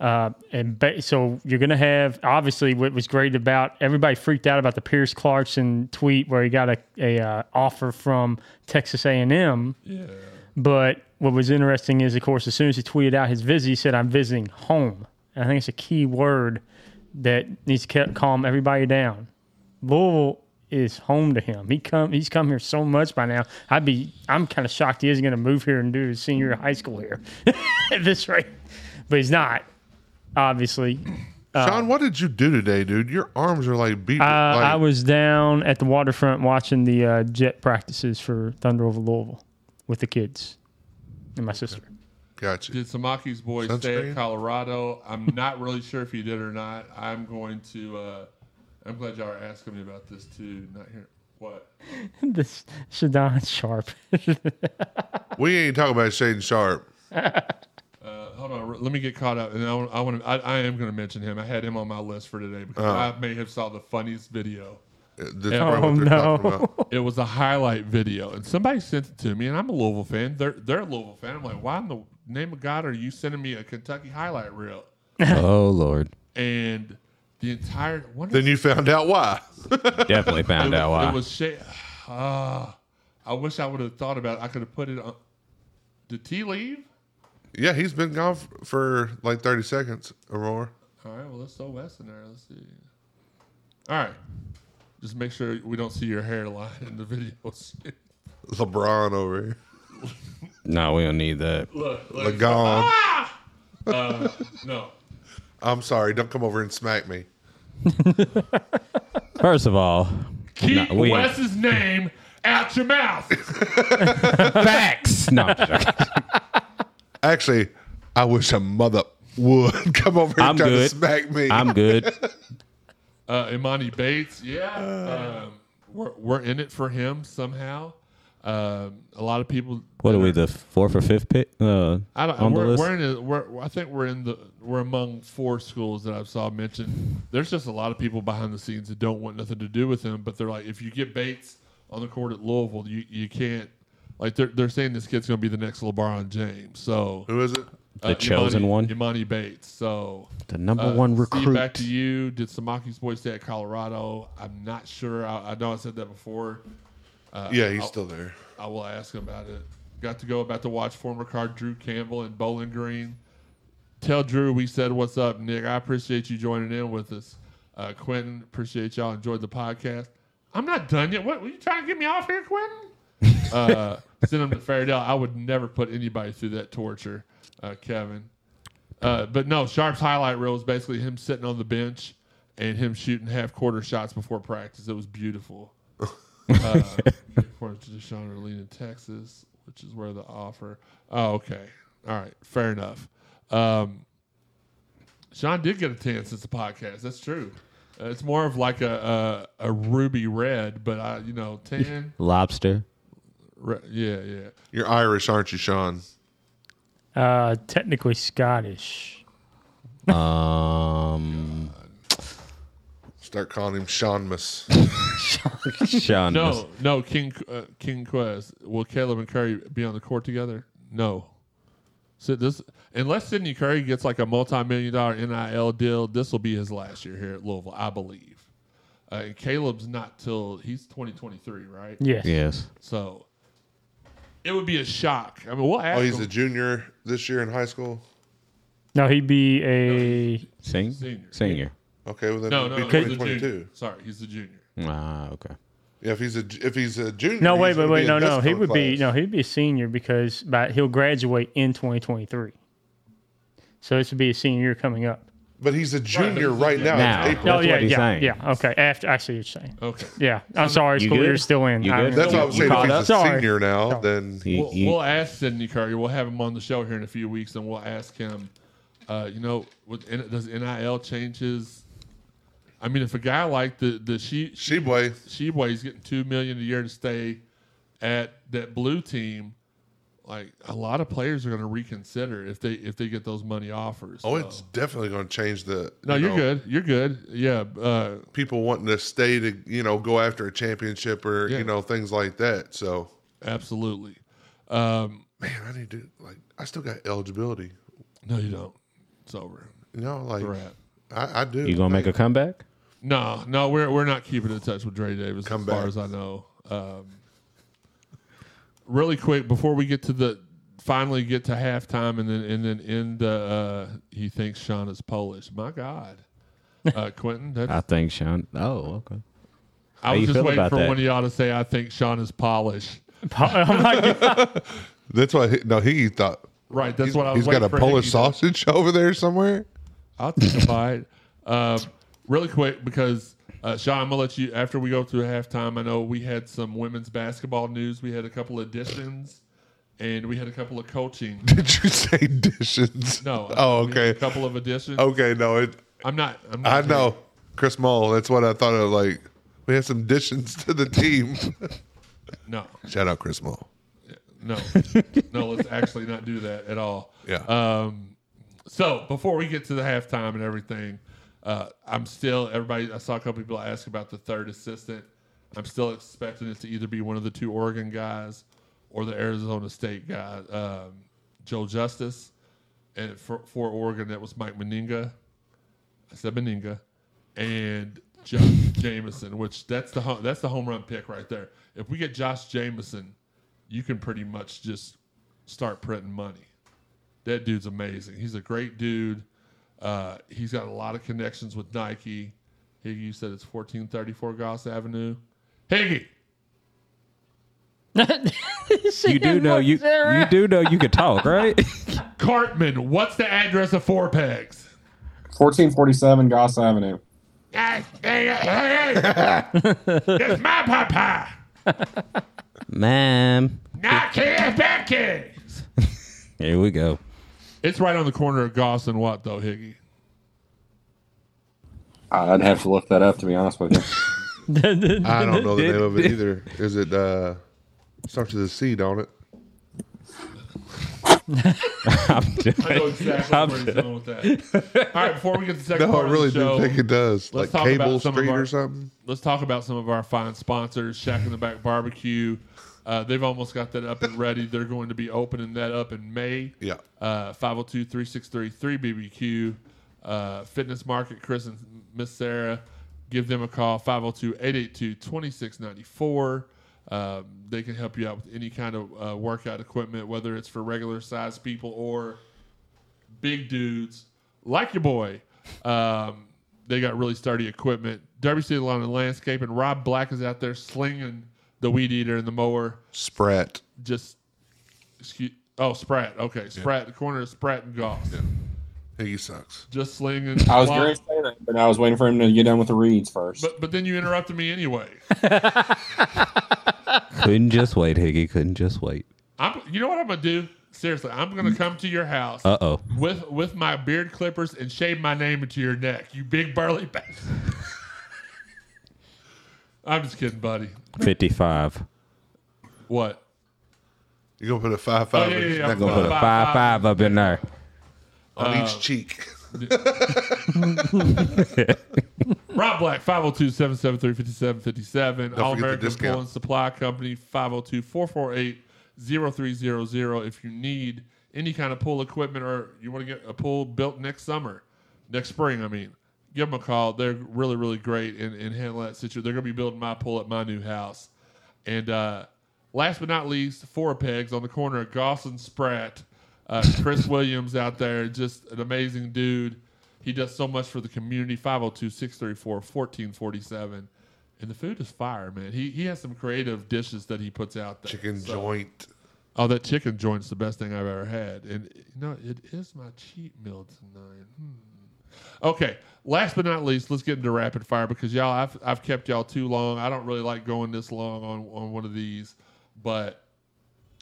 A: Uh, and ba- so you're going to have obviously what was great about everybody freaked out about the Pierce Clarkson tweet where he got a, a uh, offer from Texas A&M.
D: Yeah.
A: But what was interesting is, of course, as soon as he tweeted out his visit, he said, "I'm visiting home." And I think it's a key word that needs to ca- calm everybody down. Louisville is home to him. He come he's come here so much by now. I'd be I'm kind of shocked he isn't going to move here and do his senior year of high school here [LAUGHS] at this rate, but he's not. Obviously, Uh,
E: Sean, what did you do today, dude? Your arms are like beat.
A: Uh,
E: like,
A: I was down at the waterfront watching the uh, jet practices for Thunder over Louisville with the kids and my sister.
E: Gotcha.
D: Did Samaki's boy stay
A: Sunscreen?
D: at Colorado? I'm not really sure if he did or not. I'm going to. Uh, I'm glad y'all are asking me about this too. Not here. What?
A: [LAUGHS] this Shadon Sharp.
E: we ain't talking about Shaden Sharp.
D: Uh, hold on. r- Let me get caught up, and I, want- I want. to. I, I am going to mention him. I had him on my list for today because
E: Oh.
D: I may have saw the funniest video.
E: Uh, This
D: Yeah.
E: probably what they're talking about.
D: it was a highlight video, and somebody sent it to me, and I'm a Louisville fan. They're they're a Louisville fan. I'm like, why in the name of God are you sending me a Kentucky highlight reel?
K: oh lord.
D: And the entire what
E: Then you found out why.
K: Definitely found
D: it,
K: out why.
D: It was shit. Ah, I wish I would have thought about. it. I could have put it on. Did T leave?
E: Yeah, he's been gone f- for like 30 seconds, Aurora.
D: All right. Well, let's throw West in there. Let's see. All right. Just make sure we don't see your hairline in the [LAUGHS] videos.
E: LeBron over here.
K: No, we don't need that.
D: Look, look.
E: Legon.
D: Uh, no.
E: I'm sorry. Don't come over and smack me.
K: First of all,
D: Keep
K: no, we-
D: Wes's name out your mouth.
K: [LAUGHS] Facts. No, I'm joking.
D: [LAUGHS]
E: Actually, I wish a mother would [LAUGHS] come over and
K: I'm
E: try
K: good.
E: to smack me.
K: I'm good.
D: Uh, Imani Bates, yeah, um, we're we're in it for him somehow. Um, a lot of people.
K: What are we? The fourth or fifth pick uh,
D: I don't.
K: on the
D: we're,
K: list?
D: we're in. A, we're, I think we're in the. We're among four schools that I've saw mentioned. There's just a lot of people behind the scenes that don't want nothing to do with him, but they're like, if you get Bates on the court at Louisville, you you can't. Like they're they're saying this kid's going to be the next LeBron James. So uh,
E: who is it?
K: The chosen one?
D: Imani Bates. So
K: The number one
D: Steve,
K: recruit.
D: uh, back to you. Did Samaki's boy stay at Colorado? I'm not sure. I, I know I said that before. Uh,
E: Yeah, he's
D: I'll-
E: still there.
D: I will ask him about it. Got to go about to watch former card Drew Campbell and Bowling Green. Tell Drew we said what's up, Nick. I appreciate you joining in with us. Uh, Quentin, appreciate y'all. Enjoyed the podcast. I'm not done yet. What were you trying to get me off here, Quentin? uh, send him to Fairdale. I would never put anybody through that torture, uh, Kevin. Uh, but no, Sharp's highlight reel was basically him sitting on the bench and him shooting half quarter shots before practice. It was beautiful. uh, according to Deshaun Arlene in Texas, which is where the offer. Oh, okay. All right. Fair enough. Um, Sean did get a tan since the podcast. That's true. Uh, it's more of like a, a a ruby red, but I, you know, tan.
K: Lobster.
D: Re- yeah, yeah.
E: You're Irish, aren't you, Sean?
A: [LAUGHS] Uh, technically Scottish.
K: Um,
E: Start calling him Seanmus.
K: Sean.
D: No, no, King uh, King Quest. Will Caleb and Curry be on the court together? No. So this, unless Sidney Curry gets like a multi-million dollar NIL deal, this will be his last year here at Louisville, I believe. Uh, and Caleb's not till he's twenty twenty three, right?
A: Yes.
K: Yes.
D: So it would be a shock. I mean, we'll ask.
E: Oh, he's a
D: him.
E: junior this year in high school.
A: No, he'd be a
K: Sing?
D: Senior.
K: Senior.
E: Okay, well then
D: no,
E: it'd
D: no,
E: be
D: no, he's a junior.
E: 2022.
D: Sorry, he's a junior.
K: Ah, okay.
E: Yeah, if he's a ju- if he's a junior.
A: no.
E: he's
A: Wait, wait,
E: gonna
A: wait.
E: be
A: No,
E: in
A: no.
E: this
A: He
E: one
A: would be
E: class.
A: no. He'd be a senior because by, he'll graduate in 2023. So this would be a senior year coming up.
E: But he's a junior
D: he's a
E: right, now. It's
D: junior.
K: Now.
E: April.
K: That's
A: oh yeah,
K: what he's
A: yeah,
K: saying.
A: yeah. Okay. After I see what you're saying.
D: Okay.
A: Yeah, I'm sorry.
K: You
A: School
K: good?
A: year's still in.
K: You
A: I
K: good?
A: remember.
E: That's what I was
K: You
E: saying. If
K: caught
E: he's a
K: up?
A: Sorry.
E: senior now, then
K: You-
D: We'll,
K: you-
D: we'll ask Sidney Curry. We'll have him on the show here in a few weeks, and we'll ask him. Uh, you know, with, N- does NIL changes? I mean, if a guy like the the she
E: she boy.
D: Sheboy is getting two million a year to stay at that blue team, like a lot of players are going to reconsider if they if they get those money offers.
E: Oh,
D: So-
E: it's definitely going to change the.
D: No, you're good. You're good. Yeah. Uh,
E: people wanting to stay to you know go after a championship or
D: Yeah.
E: you know things like that. So
D: absolutely. Um,
E: man, I need to like I still got eligibility.
D: No, you don't. It's over.
E: No, like
D: It's a wrap.
E: I, I do.
K: You gonna make a comeback?
D: No, no, we're we're not keeping in touch with Dre Davis
E: Come
D: as far
E: back.
D: as I know. Um, really quick before we get to the finally get to halftime and then and then end the uh, he thinks Sean is Polish. My God,
K: [LAUGHS]
D: uh, Quentin, that's,
K: I think Sean. Oh, okay.
D: I
K: How
D: was
K: you
D: just
K: feel
D: waiting
K: about
D: for
K: that?
D: one of y'all to say I think Sean is Polish.
A: Oh my god!
E: That's why. He, no, he thought.
D: Right, that's what I was
E: He's got
D: waiting
E: a
D: for
E: Polish
D: Hickey to-
E: sausage [LAUGHS] over there somewhere.
D: I'll think about it. Um, really quick, because uh, Sean, I'm gonna let you after we go through halftime. I know we had some women's basketball news. We had a couple additions, and we had a couple of coaching.
E: Did you say dishes?
D: No.
E: [LAUGHS] Oh,
D: we had
E: okay.
D: A couple of additions.
E: Okay, no, it.
D: I'm not. I'm
E: I
D: not
E: know, Chris Mole. That's what I thought of. Like we had some additions [LAUGHS] to the team.
D: No.
E: Shout out Chris Mole. [LAUGHS]
D: No, no, let's actually not do that at all.
E: Yeah.
D: Um, so before we get to the halftime and everything, uh, I'm still everybody. I saw a couple people ask about the third assistant. I'm still expecting it to either be one of the two Oregon guys or the Arizona State guy, um, Joe Justice, and for, for Oregon that was Mike Meninga. I said Meninga, and Josh Jameson, which that's the ho- that's the home run pick right there. If we get Josh Jameson, you can pretty much just start printing money. That dude's amazing. He's a great dude. Uh, he's got a lot of connections with Nike. Higgy, you said it's fourteen thirty four Goss Avenue. Higgy,
K: You do know you you do know you could talk, right? [LAUGHS]
D: Cartman, what's the address of Four Pegs?
H: 1447 Goss Avenue.
D: Hey, hey, hey, hey. it's my papa.
K: Ma'am,
D: Nike, Becky.
K: here we go.
D: It's right on the corner of Goss and Watt, though, Higgy.
H: I'd have to look that up to be honest with you.
K: [LAUGHS]
E: I don't know the name of it
D: [LAUGHS]
E: either. Is it uh starts with a C, don't it?
K: I'm just,
D: I know exactly
K: I'm
D: where he's
K: just-
D: going with that. All right, before we get to the second
E: No, I
D: part
E: really
D: of the show,
E: do think it does.
D: let's
E: Like
D: talk about
E: Cable
D: some of
E: Street
D: our-
E: or something.
D: let's talk about some of our fine sponsors. Shack in the Back Barbecue. Uh, they've almost got that up and ready. They're going to be opening that up in May.
E: Yeah.
D: Uh, 502-363-3BBQ. Uh, Fitness Market, Chris and Miss Sarah. Give them a call, 502-882-2694. Um, they can help you out with any kind of uh, workout equipment, whether it's for regular size people or big dudes like your boy. Um, they got really sturdy equipment. Derby City Lawn and Landscape, and Rob Black is out there slinging the weed eater and the mower.
E: Sprat.
D: Just excuse. Oh, Spratt. Okay, Spratt. The corner of Spratt and Goss.
E: He sucks.
D: Just slinging.
H: I was
D: lawn-
H: going to say that, but I was waiting for him to get done with the reads first.
D: But but then you interrupted me
H: [LAUGHS]
D: anyway.
K: couldn't just wait, Higgy. Couldn't just wait.
D: I'm. You know what I'm gonna do? Seriously, I'm gonna come to your house
K: Uh oh.
D: with with my beard clippers and shave my name into your neck. You big burly bastard. [LAUGHS] I'm just kidding, buddy.
K: Fifty five.
D: What?
E: You're gonna put a five five
D: Oh, yeah,
E: in
D: yeah,
E: his
D: yeah,
E: neck
D: I'm
K: Put a
D: Five,
K: five
D: five.
K: five up in there.
E: on
D: Uh,
E: each cheek. [LAUGHS]
D: Rob Black, 502 773 5757. All
E: forget the
D: American
E: discount.
D: Pull and Supply Company, 502 448 0300. If you need any kind of pool equipment or you want to get a pool built next summer, next spring, I mean, give them a call. They're really, really great and, and handle that situation. They're going to be building my pool at my new house. And uh, last but not least, Four Pegs on the corner of Goss and Spratt. Uh, Chris Williams out there, just an amazing dude. He does so much for the community. 502 634 1447. And the food is fire, man. He, he has some creative dishes that he puts out there.
E: Chicken
D: So-
E: joint.
D: Oh, that chicken joint's the best thing I've ever had. And you know, it is my cheat meal tonight. Hmm. Okay. Last but not least, let's get into rapid fire because y'all, I've, I've kept y'all too long. I don't really like going this long on, on one of these, but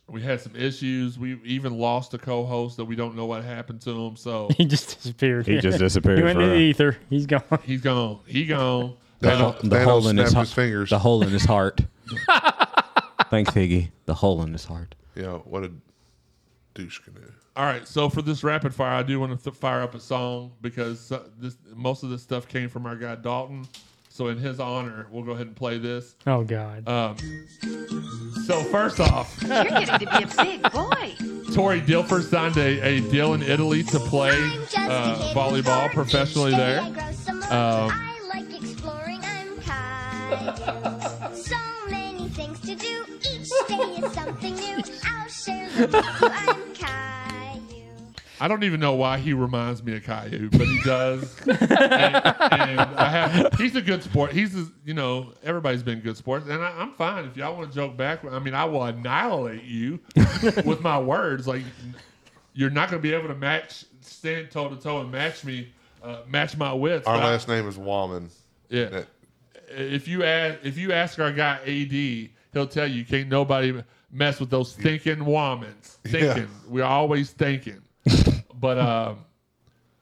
D: we had some issues. We even lost a co-host that we don't know what happened to him. So
A: [LAUGHS] He just disappeared.
K: He
A: He
K: just disappeared.
A: went
K: for
A: to the
K: real.
A: ether. He's gone. [LAUGHS]
D: he's gone. He gone.
E: That
D: Uh,
E: don't-
K: The
E: that
K: hole
E: don't
K: in his,
E: snap
K: heart.
E: his fingers. [LAUGHS]
K: The hole in his heart. Thanks, Higgy. The hole in his heart.
E: Yeah, what a douche canoe.
D: All right, so for this rapid fire, I do want to th- fire up a song because uh, this most of this stuff came from our guy Dalton. So in his honor, we'll go ahead and play this.
A: Oh, God.
D: Um, so first off,
L: You're getting to be a big boy.
D: Tori Dilfer signed a, a deal in Italy to play uh, volleyball professionally there. Um,
L: I like exploring. I'm kind. so many things to do. Each day
D: [LAUGHS]
L: is something new. I'll share them with you. I'm kind.
D: I don't even know why he reminds me of Caillou, but he does. [LAUGHS] and, and I have, he's a good sport. He's, a, you know, everybody's been good sports, and I, I'm fine if y'all want to joke back. I mean, I will annihilate you [LAUGHS] with my words. Like, you're not going to be able to match, stand toe to toe, and match me, uh, match my wits.
E: Our
D: but I-
E: last name is Woman.
D: Yeah. if you ask if you ask our guy AD, he'll tell you can't nobody mess with those thinking womans.
E: Yeah.
D: Thinking, we're always thinking. but um,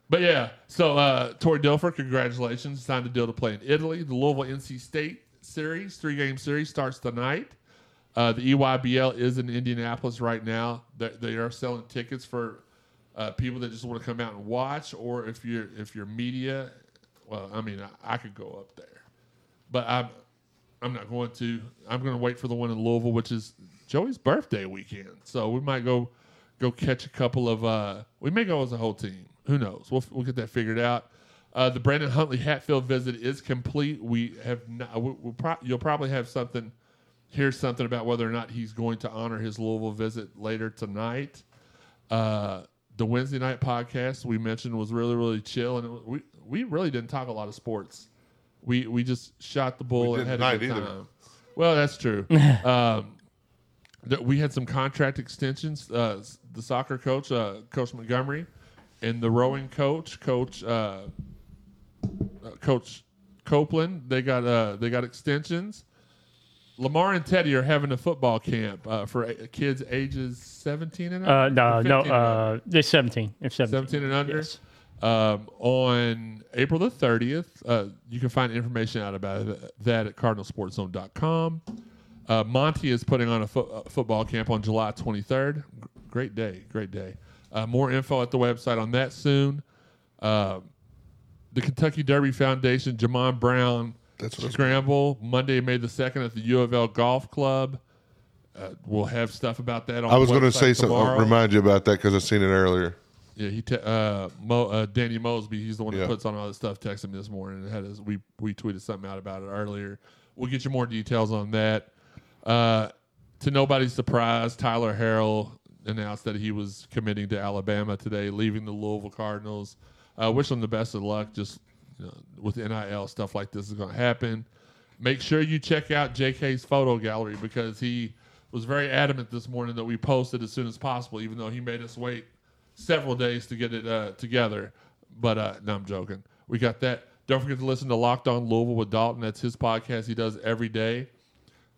D: but yeah. So uh, Tori Dilfer, congratulations, signed a deal to play in Italy. The Louisville NC State series, three game series, starts tonight. Uh, the EYBL is in Indianapolis right now. They, they are selling tickets for uh, people that just want to come out and watch, or if you're if you're media. Well, I mean, I, I could go up there, but I'm I'm not going to. I'm going to wait for the one in Louisville, which is Joey's birthday weekend. So we might go go catch a couple of. Uh, we may go as a whole team. Who knows? We'll we'll get that figured out. Uh, the Brandon Huntley Hatfield visit is complete. We have not. we- We'll pro- you'll probably have something. Here's something about whether or not he's going to honor his Louisville visit later tonight. Uh, the Wednesday night podcast we mentioned was really really chill, and it, we we really didn't talk a lot of sports. We we just shot the bull
E: We
D: and
E: didn't
D: had a good
E: tonight either.
D: time. Well, that's true. um, that we had some contract extensions. Uh, s- the soccer coach, uh, Coach Montgomery, and the rowing coach, Coach uh, uh, Coach Copeland. They got uh, they got extensions. Lamar and Teddy are having a football camp uh, for a- kids ages 17 and
A: Uh,
D: up.
A: no,
D: Or
A: no,
D: 15 and up.
A: uh, it's 17. It's 17.
D: 17 and under. Um, on April the 30th, uh, you can find information out about it- that at cardinalsportzone.com. Uh, Monty is putting on a fo- uh, football camp on July 23rd. G- Great day, great day. Uh, more info at the website on that soon. Um the Kentucky Derby Foundation, Jamon Brown, Scramble, Monday, May the 2nd at the U of L Golf Club. Uh, we'll have stuff about that on
E: I was
D: going to
E: say something.
D: tomorrow.
E: Remind you about that because I seen it earlier.
D: Yeah, he te- uh, Mo, uh, Danny Mosby. He's the one
E: Yeah.
D: that puts on all this stuff. Texted me this morning and had us. We we tweeted something out about it earlier. We'll get you more details on that. Uh, to nobody's surprise, Tyler Harrell announced that he was committing to Alabama today, leaving the Louisville Cardinals. Uh, wish him the best of luck. Just you know, with NIL stuff like this is going to happen. Make sure you check out JK's photo gallery because he was very adamant this morning that we post it as soon as possible, even though he made us wait several days to get it uh, together. But uh, no, I'm joking. We got that. Don't forget to listen to Locked On Louisville with Dalton. That's his podcast he does every day.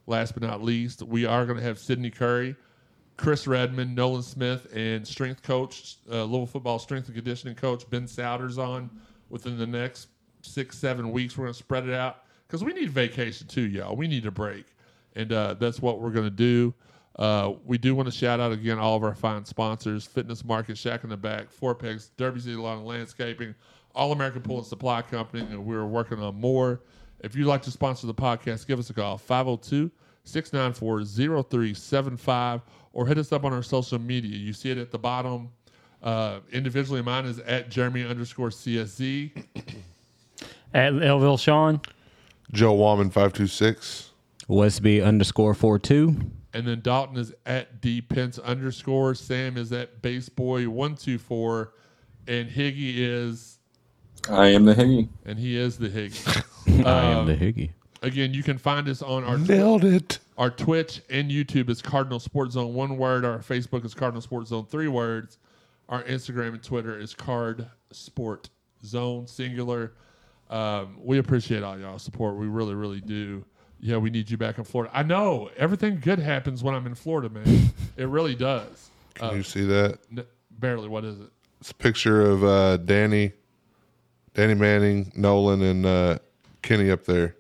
D: Last but not least, we are going to have Sidney Curry, Chris Redmond, Nolan Smith, and strength coach, uh, Louisville football strength and conditioning coach Ben Souders on within the next six, seven weeks. We're going to spread it out because we need vacation too, y'all. We need a break. And uh, that's what we're going to do. Uh, we do want to shout out again all of our fine sponsors Fitness Market, Shack in the Back, Four Pegs, Derby City Lawn and Landscaping, All American Pool and Supply Company, and we're working on more. If you'd like to sponsor the podcast, give us a call 502 694 0375 or hit us up on our social media. You see it at the bottom. Uh, individually, mine is at Jeremy underscore CSZ.
A: At Elville Sean.
E: Joe Woman five two six.
K: Westby underscore four two.
D: And then Dalton is at D Pence underscore. Sam is at Baseboy124. And Higgy is.
J: I am the Higgy.
D: And he is the Higgy.
K: I am
D: Um,
K: the Higgy.
D: Again, you can find us on our
E: Nailed it.
D: Our Twitch and YouTube is Cardinal Sports Zone one word. Our Facebook is Cardinal Sports Zone three words. Our Instagram and Twitter is Card Sport Zone singular. Um, we appreciate all y'all support. We really, really do. Yeah, we need you back in Florida. I know everything good happens when I'm in Florida, man. it really does.
E: Can
D: Uh,
E: you see that?
D: N- barely. What is it?
E: It's a picture of uh, Danny, Danny Manning, Nolan, and uh, Kenny up there.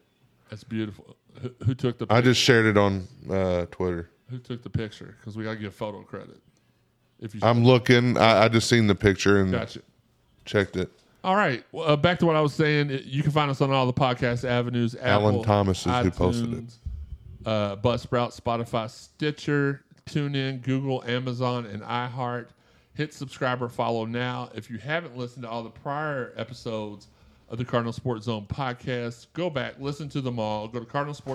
D: That's beautiful. Who, who took the?
E: I just shared it on uh, Twitter.
D: Who took the picture? Because we gotta give photo credit. If you
E: I'm looking. I, I just seen the picture and
D: Gotcha.
E: checked it.
D: All right. Well, uh, back to what I was saying. It- You can find us on all the podcast avenues.
E: Alan
D: Apple,
E: Thomas is who posted it.
D: iTunes, Uh, Buzzsprout, Spotify, Stitcher, TuneIn, Google, Amazon, and iHeart. Hit subscribe or follow now. If you haven't listened to all the prior episodes of the Cardinal Sports Zone podcast, go back, listen to them all. Go to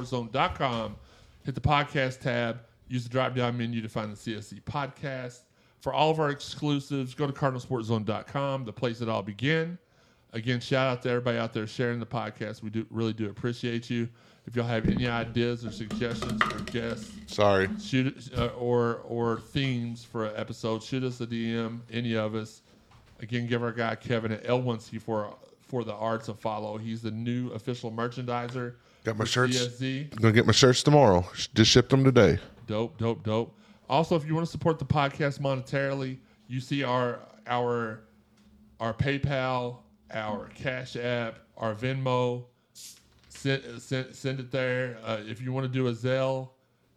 D: cardinalsportszone.com, hit the podcast tab, use the drop down menu to find the CSC podcast. For all of our exclusives, go to cardinalsportzone.com, the place it all began. Again, shout out to everybody out there sharing the podcast. We do really do appreciate you. If y'all have any ideas or suggestions or guests,
E: Sorry.
D: shoot uh, or or themes for an episode, shoot us a DM. Any of us. Again, give our guy Kevin at L1C for for the arts a follow. He's the new official merchandiser.
E: Got my
D: for
E: shirts.
D: CSZ.
E: Gonna get my shirts tomorrow. Sh- Just shipped them today.
D: Dope, dope, dope. Also, if you want to support the podcast monetarily, you see our our our PayPal, our Cash App, our Venmo. Send send, send it there. Uh, if you want to do a Zelle,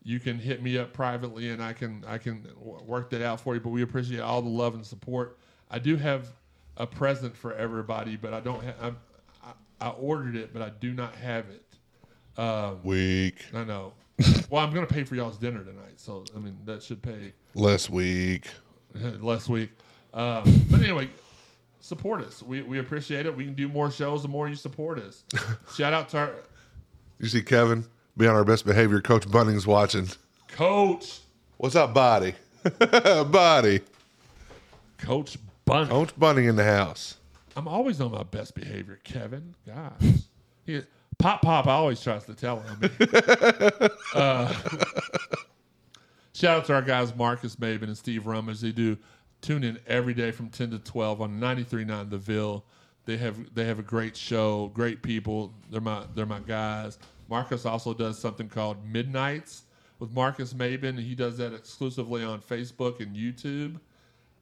D: you can hit me up privately, and I can I can w- work that out for you. But we appreciate all the love and support. I do have a present for everybody, but I don't have. I'm, I, I ordered it, but I do not have it. Um,
E: Weak.
D: I know. well, I'm gonna pay for y'all's dinner tonight, so I mean that should pay
E: Less weak.
D: last week. Um, but anyway, support us. We, we appreciate it. We can do more shows the more you support us. Shout out to our
E: You see Kevin? Be on our best behavior. Coach Bunning's watching.
D: coach,
E: What's up, body? [LAUGHS] body.
D: Coach Bunning.
E: Coach Bunning in the house.
D: I'm always on my best behavior, Kevin. Gosh. He, Pop Pop always tries to tell him. uh, shout out to our guys, Marcus Maven and Steve Rum, as they do tune in every day from 10 to 12 on 93.9 The Ville. They have they have a great show, great people. They're my they're my guys. Marcus also does something called Midnights with Marcus Maben. He does that exclusively on Facebook and YouTube,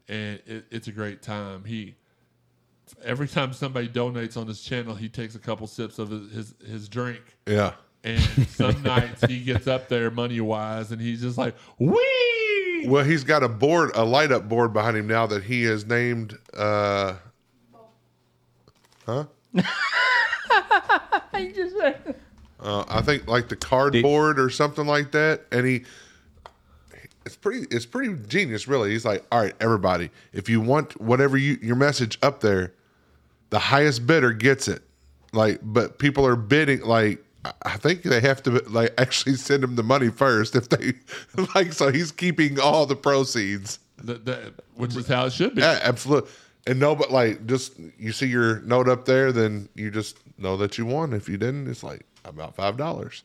D: and it, it's a great time. He every time somebody donates on his channel, he takes a couple sips of his his, his drink.
E: Yeah.
D: And some nights he gets up there money wise, and he's just like, "Wee!"
E: Well, he's got a board, a light up board behind him now that he has named. Uh, huh?
A: I just said.
E: Uh, I think like the cardboard or something like that, and he. It's pretty. It's pretty genius, really. He's like, all right, everybody, if you want whatever you your message up there, the highest bidder gets it. Like, but people are bidding. Like, I- I think they have to like [LAUGHS] actually send him the money first if they [LAUGHS] like. So he's keeping all the proceeds.
D: That, that, which is how it should be.
E: Yeah, absolutely. And no, but like, just you see your note up there, then you just know that you won. If you didn't, it's like about five dollars.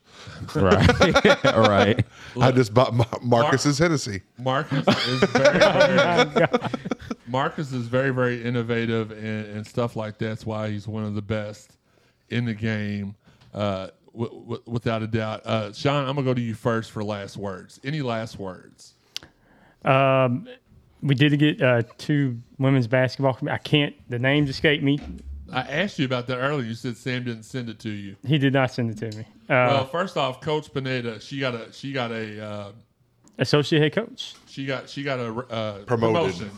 K: Right. [LAUGHS] Right.
E: I just bought Ma- Marcus's Hennessy.
D: Marcus is very, very Marcus is very, very innovative and, and stuff like that. that's why he's one of the best in the game, uh, w- w- without a doubt. Uh, Sean, I'm gonna go to you first for last words. Any last words?
A: Um, we did get uh, two women's basketball. I can't. The names escape me.
D: I asked you about that earlier. You said Sam didn't send it to you.
A: He did not send it to me. Uh,
D: well, first off, Coach Pineda, she got a she got a uh,
A: associate head coach.
D: she got she got a uh,
A: Promoted.
D: promotion,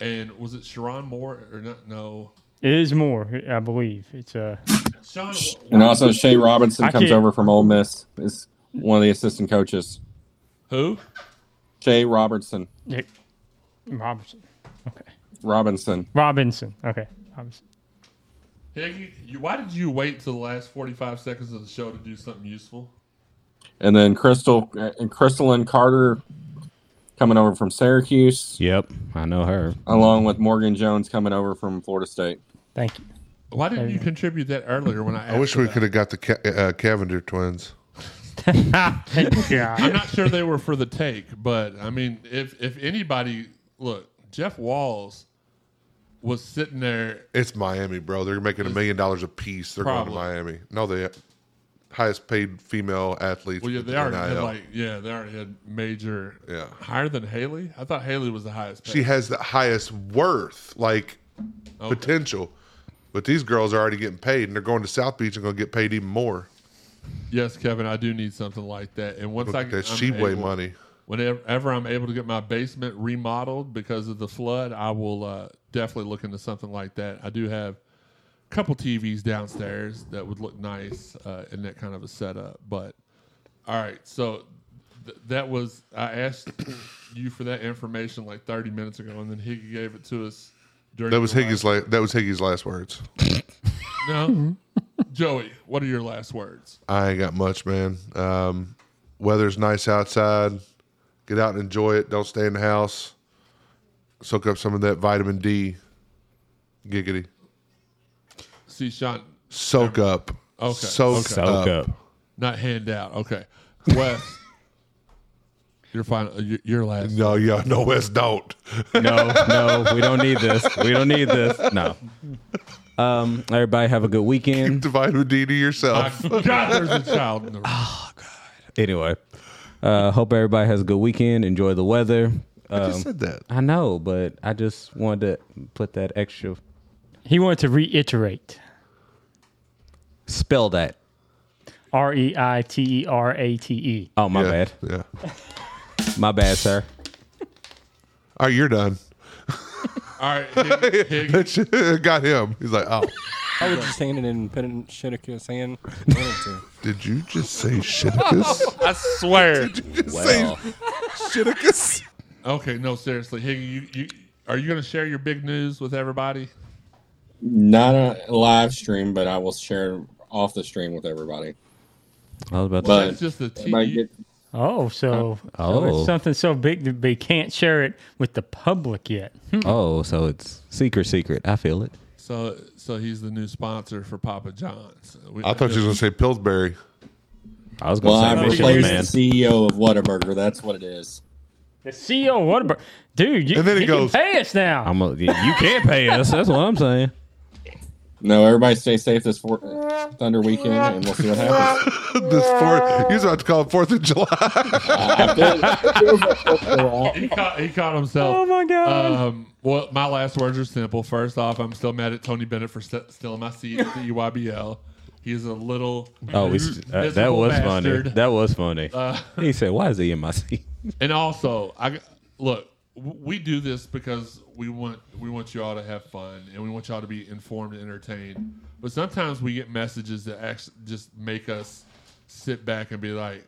D: and was it Sharon Moore or not? No,
A: It is more, I believe. It's uh,
D: Sean.
J: And also, Shea Robinson
A: I
J: comes
A: can't-
J: over from Ole Miss. Is one of the assistant coaches.
D: Who?
J: Shea Robertson.
A: Yeah. Robertson.
J: Robinson.
A: Robinson. Okay. Robinson.
D: Higgy, you, why did you wait till the last 45 seconds of the show to do something useful?
J: And then Crystal uh, and Crystal and Carter coming over from Syracuse,
K: Yep. I know her.
J: along with Morgan Jones coming over from Florida State.
A: Thank you.
D: Why didn't
A: There
D: you contribute that earlier when I asked?
E: I wish we
D: about
E: could have got the Ca- uh, Cavender twins.
D: it? I'm not sure they were for the take, but I mean, if if anybody, look, Jeff Walls was sitting there.
E: It's Miami, bro. They're making a million dollars a piece. They're
D: Probably.
E: going to Miami. No, the highest paid female athletes.
D: Well, yeah,
E: with
D: they
E: the
D: already had
E: NIL.
D: like, yeah, they already had major,
E: Yeah.
D: higher than Haley. I thought Haley was the highest.
E: she
D: paid.
E: has the highest worth, like potential. But these girls are already getting paid, and they're going to South Beach and going to get paid even more.
D: Yes, Kevin, I do need something like that. And once
E: Look
D: I
E: at that
D: I'm
E: Sheway
D: able-
E: money.
D: Whenever I'm able to get my basement remodeled because of the flood, I will uh, definitely look into something like that. I do have a couple TVs downstairs that would look nice uh, in that kind of a setup. But all right, so th- that was I asked you for that information like 30 minutes ago, and then Higgy gave it to us during.
E: That was
D: your
E: Higgy's. La- that was Higgy's last words.
D: No. Joey, what are your last words?
E: I ain't got much, man. Um, weather's nice outside. Get out and enjoy it. Don't stay in the house. Soak up some of that vitamin D. Giggity.
D: See, Sean.
E: Soak up.
D: Okay.
E: Soak,
D: okay.
E: up.
D: Not hand out. Okay. Wes. [LAUGHS] Your final, uh, your, your last.
E: No, yeah, no, Wes, don't.
K: No, no, we don't need this. We don't need this. No. Um, everybody have a good weekend.
E: the vitamin D to yourself.
D: [LAUGHS] God, there's a child in the room.
K: Anyway, uh, hope everybody has a good weekend. Enjoy the weather.
E: I just
K: Um,
E: said that.
K: I know, but I just wanted to put that extra.
A: [LAUGHS] He wanted to reiterate.
K: Spell that.
A: R E I T E R A T E.
K: Oh, my
E: Yeah,
K: bad.
E: Yeah.
K: My bad, sir.
E: All right, you're [LAUGHS] done.
D: All right.
E: [LAUGHS]
D: Higgy, Higgy.
E: That shit got him. He's like, oh,
H: I would just hand it in pen Shinnikus hand. I wanted to.
E: did you just say shiticus? [LAUGHS]
D: I swear.
H: Well,
E: shiticus? [LAUGHS]
D: Okay, no, seriously, Higgy, you, you are you going to share your big news with everybody?
J: [LAUGHS] Not a live stream, but I will share off the stream with everybody.
K: I was about to.
J: But
D: That's just the E
J: it might
D: tea.
J: get-
A: Oh, so, so
K: Oh.
A: it's something so big that they can't share it with the public yet. Hmm.
K: Oh, so it's secret, secret. I feel it.
D: So, so he's the new sponsor for Papa John's. We-
E: I thought you were going to say Pillsbury.
K: I was
J: well,
K: gonna
J: I
K: say Michelin
J: replaced
K: Man.
J: the CEO of Whataburger. That's what it is.
A: The CEO of Whataburger. Dude, you,
E: And then he
A: he can
E: goes-
A: pay us now.
K: I'm a, you can't pay us. That's what I'm saying.
J: No, everybody stay safe this for- Thunder weekend, and we'll see what happens.
E: this fourth, he was about to call it Fourth of July.
D: he, caught, he caught himself.
A: Oh, my God.
D: Um, well, my last words are simple. First off, I'm still mad at Tony Bennett for st- stealing my seat at the UYBL. He's a little
K: Oh, we, uh, that
D: miserable
K: was
D: bastard. Uh,
K: funny. That was funny. he said, "Why is he in my seat?"
D: And also, I look. w- We do this because we want we want you all to have fun and we want y'all to be informed and entertained. But sometimes we get messages that actually just make us sit back and be like,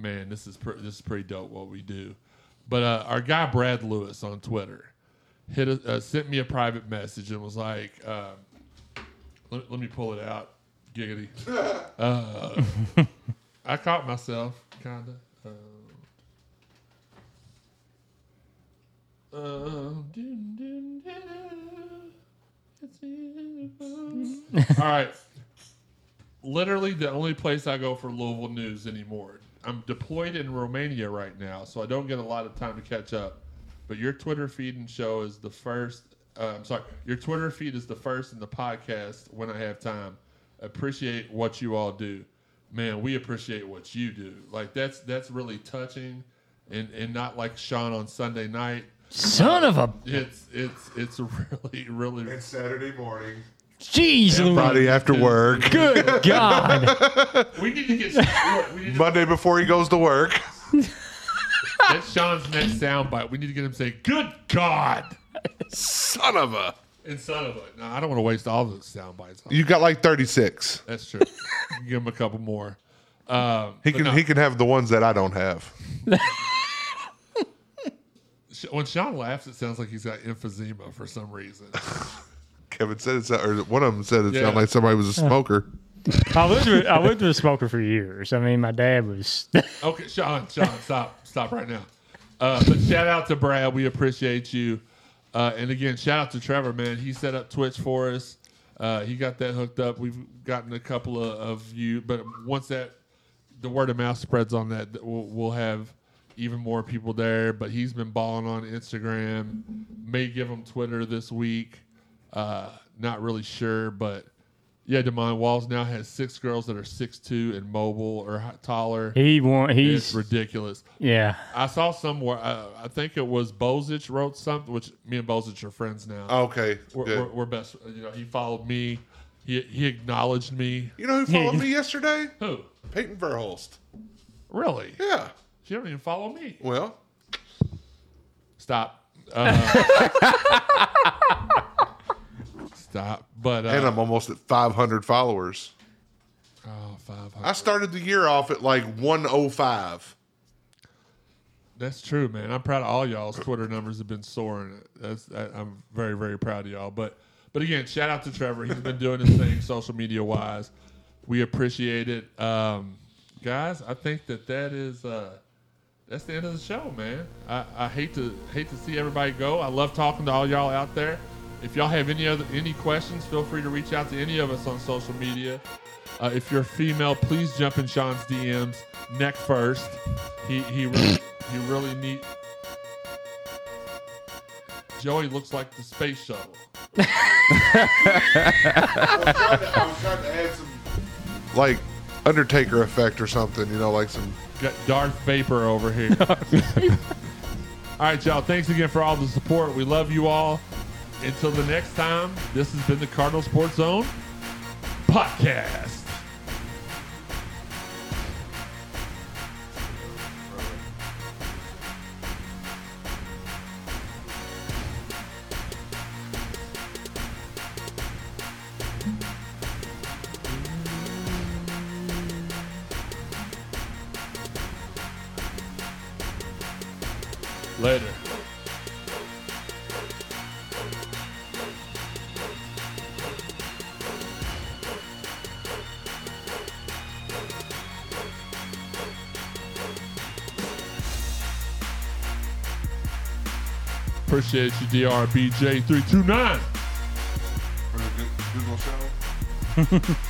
D: "Man, this is pre- this is pretty dope what we do." But uh, our guy Brad Lewis on Twitter hit a, uh, sent me a private message and was like, um, let, "Let me pull it out, giggity." Uh, I caught myself, kinda. Uh, Um, dun, dun, dun, dun. It's beautiful. All right. Literally the only place I go for Louisville news anymore. I'm deployed in Romania right now, so I don't get a lot of time to catch up. But your Twitter feed and show is the first. Uh, I'm sorry, your Twitter feed is the first in the podcast when I have time. Appreciate what you all do, man. We appreciate what you do. Like that's that's really touching, and and not like Sean on Sunday night.
A: Son of a.
D: It's it's it's [LAUGHS] really really
E: Saturday morning.
A: Jeez, Louise.
D: Mm.
E: Friday after work.
A: Good God. [LAUGHS]
D: We need to get Sean- we need [LAUGHS] to,
E: Monday before he goes to work.
D: that's Sean's next soundbite. We need to get him to say "Good God"
E: Son of a.
D: and "Son of a." No, I don't want to waste all those sound bites.
E: You got like 36.
D: That's true. Give him a couple more. Um,
E: He
D: but
E: can
D: no,
E: he can have the ones that I don't have.
D: Sh- when Sean laughs, it sounds like he's got emphysema for some reason.
E: Kevin said it's or one of them said it
D: Yeah.
E: sounded like somebody was a smoker.
A: I lived, with, I lived with a smoker for years. I mean, my dad was.
D: Okay, Sean, Sean, stop, stop right now. Uh, but shout out to Brad. We appreciate you. Uh, and again, shout out to Trevor, man. He set up Twitch for us. Uh, he got that hooked up. We've gotten a couple of, of you, but once that the word of mouth spreads on that, that we'll, we'll have even more people there. But he's been balling on Instagram. May give him Twitter this week. Uh, not really sure, but yeah, Demond Walls now has six girls that are six two and mobile or hi- taller.
A: He won.
D: It's
A: He's.
D: ridiculous.
A: Yeah.
D: I saw somewhere. Uh, I think it was Bozich wrote something. Which me and Bozich are friends now.
E: Okay.
D: we're,
E: good.
D: we're, we're best. You know, he followed me. He he acknowledged me.
E: you know who followed me yesterday?
D: Who?
E: Peyton Verholst.
D: Really?
E: Yeah.
D: She don't even follow me.
E: Well,
D: stop.
E: [LAUGHS]
D: Uh, Stop. But uh,
E: and I'm almost at 500 followers.
D: Oh, 500.
E: I started the year off at like 105.
D: That's true, man. I'm proud of all y'all's Twitter numbers have been soaring. That's I, I'm very very proud of y'all. But but again, shout out to Trevor. He's been doing his thing social media wise. We appreciate it, um, guys. I think that that is uh, that's the end of the show, man. I, I hate to hate to see everybody go. I love talking to all y'all out there. If y'all have any other any questions, feel free to reach out to any of us on social media. Uh, if you're female, please jump in Sean's DMs neck first. He he really, he really need. Joey looks like the space shuttle.
E: Like Undertaker effect or something, you know, like some
D: Got Darth Vapor over here. all right, y'all. Thanks again for all the support. We love you all. Until the next time, this has been the Cardinal Sports Zone podcast. Later. Appreciate you, DRBJ329.
E: Google show.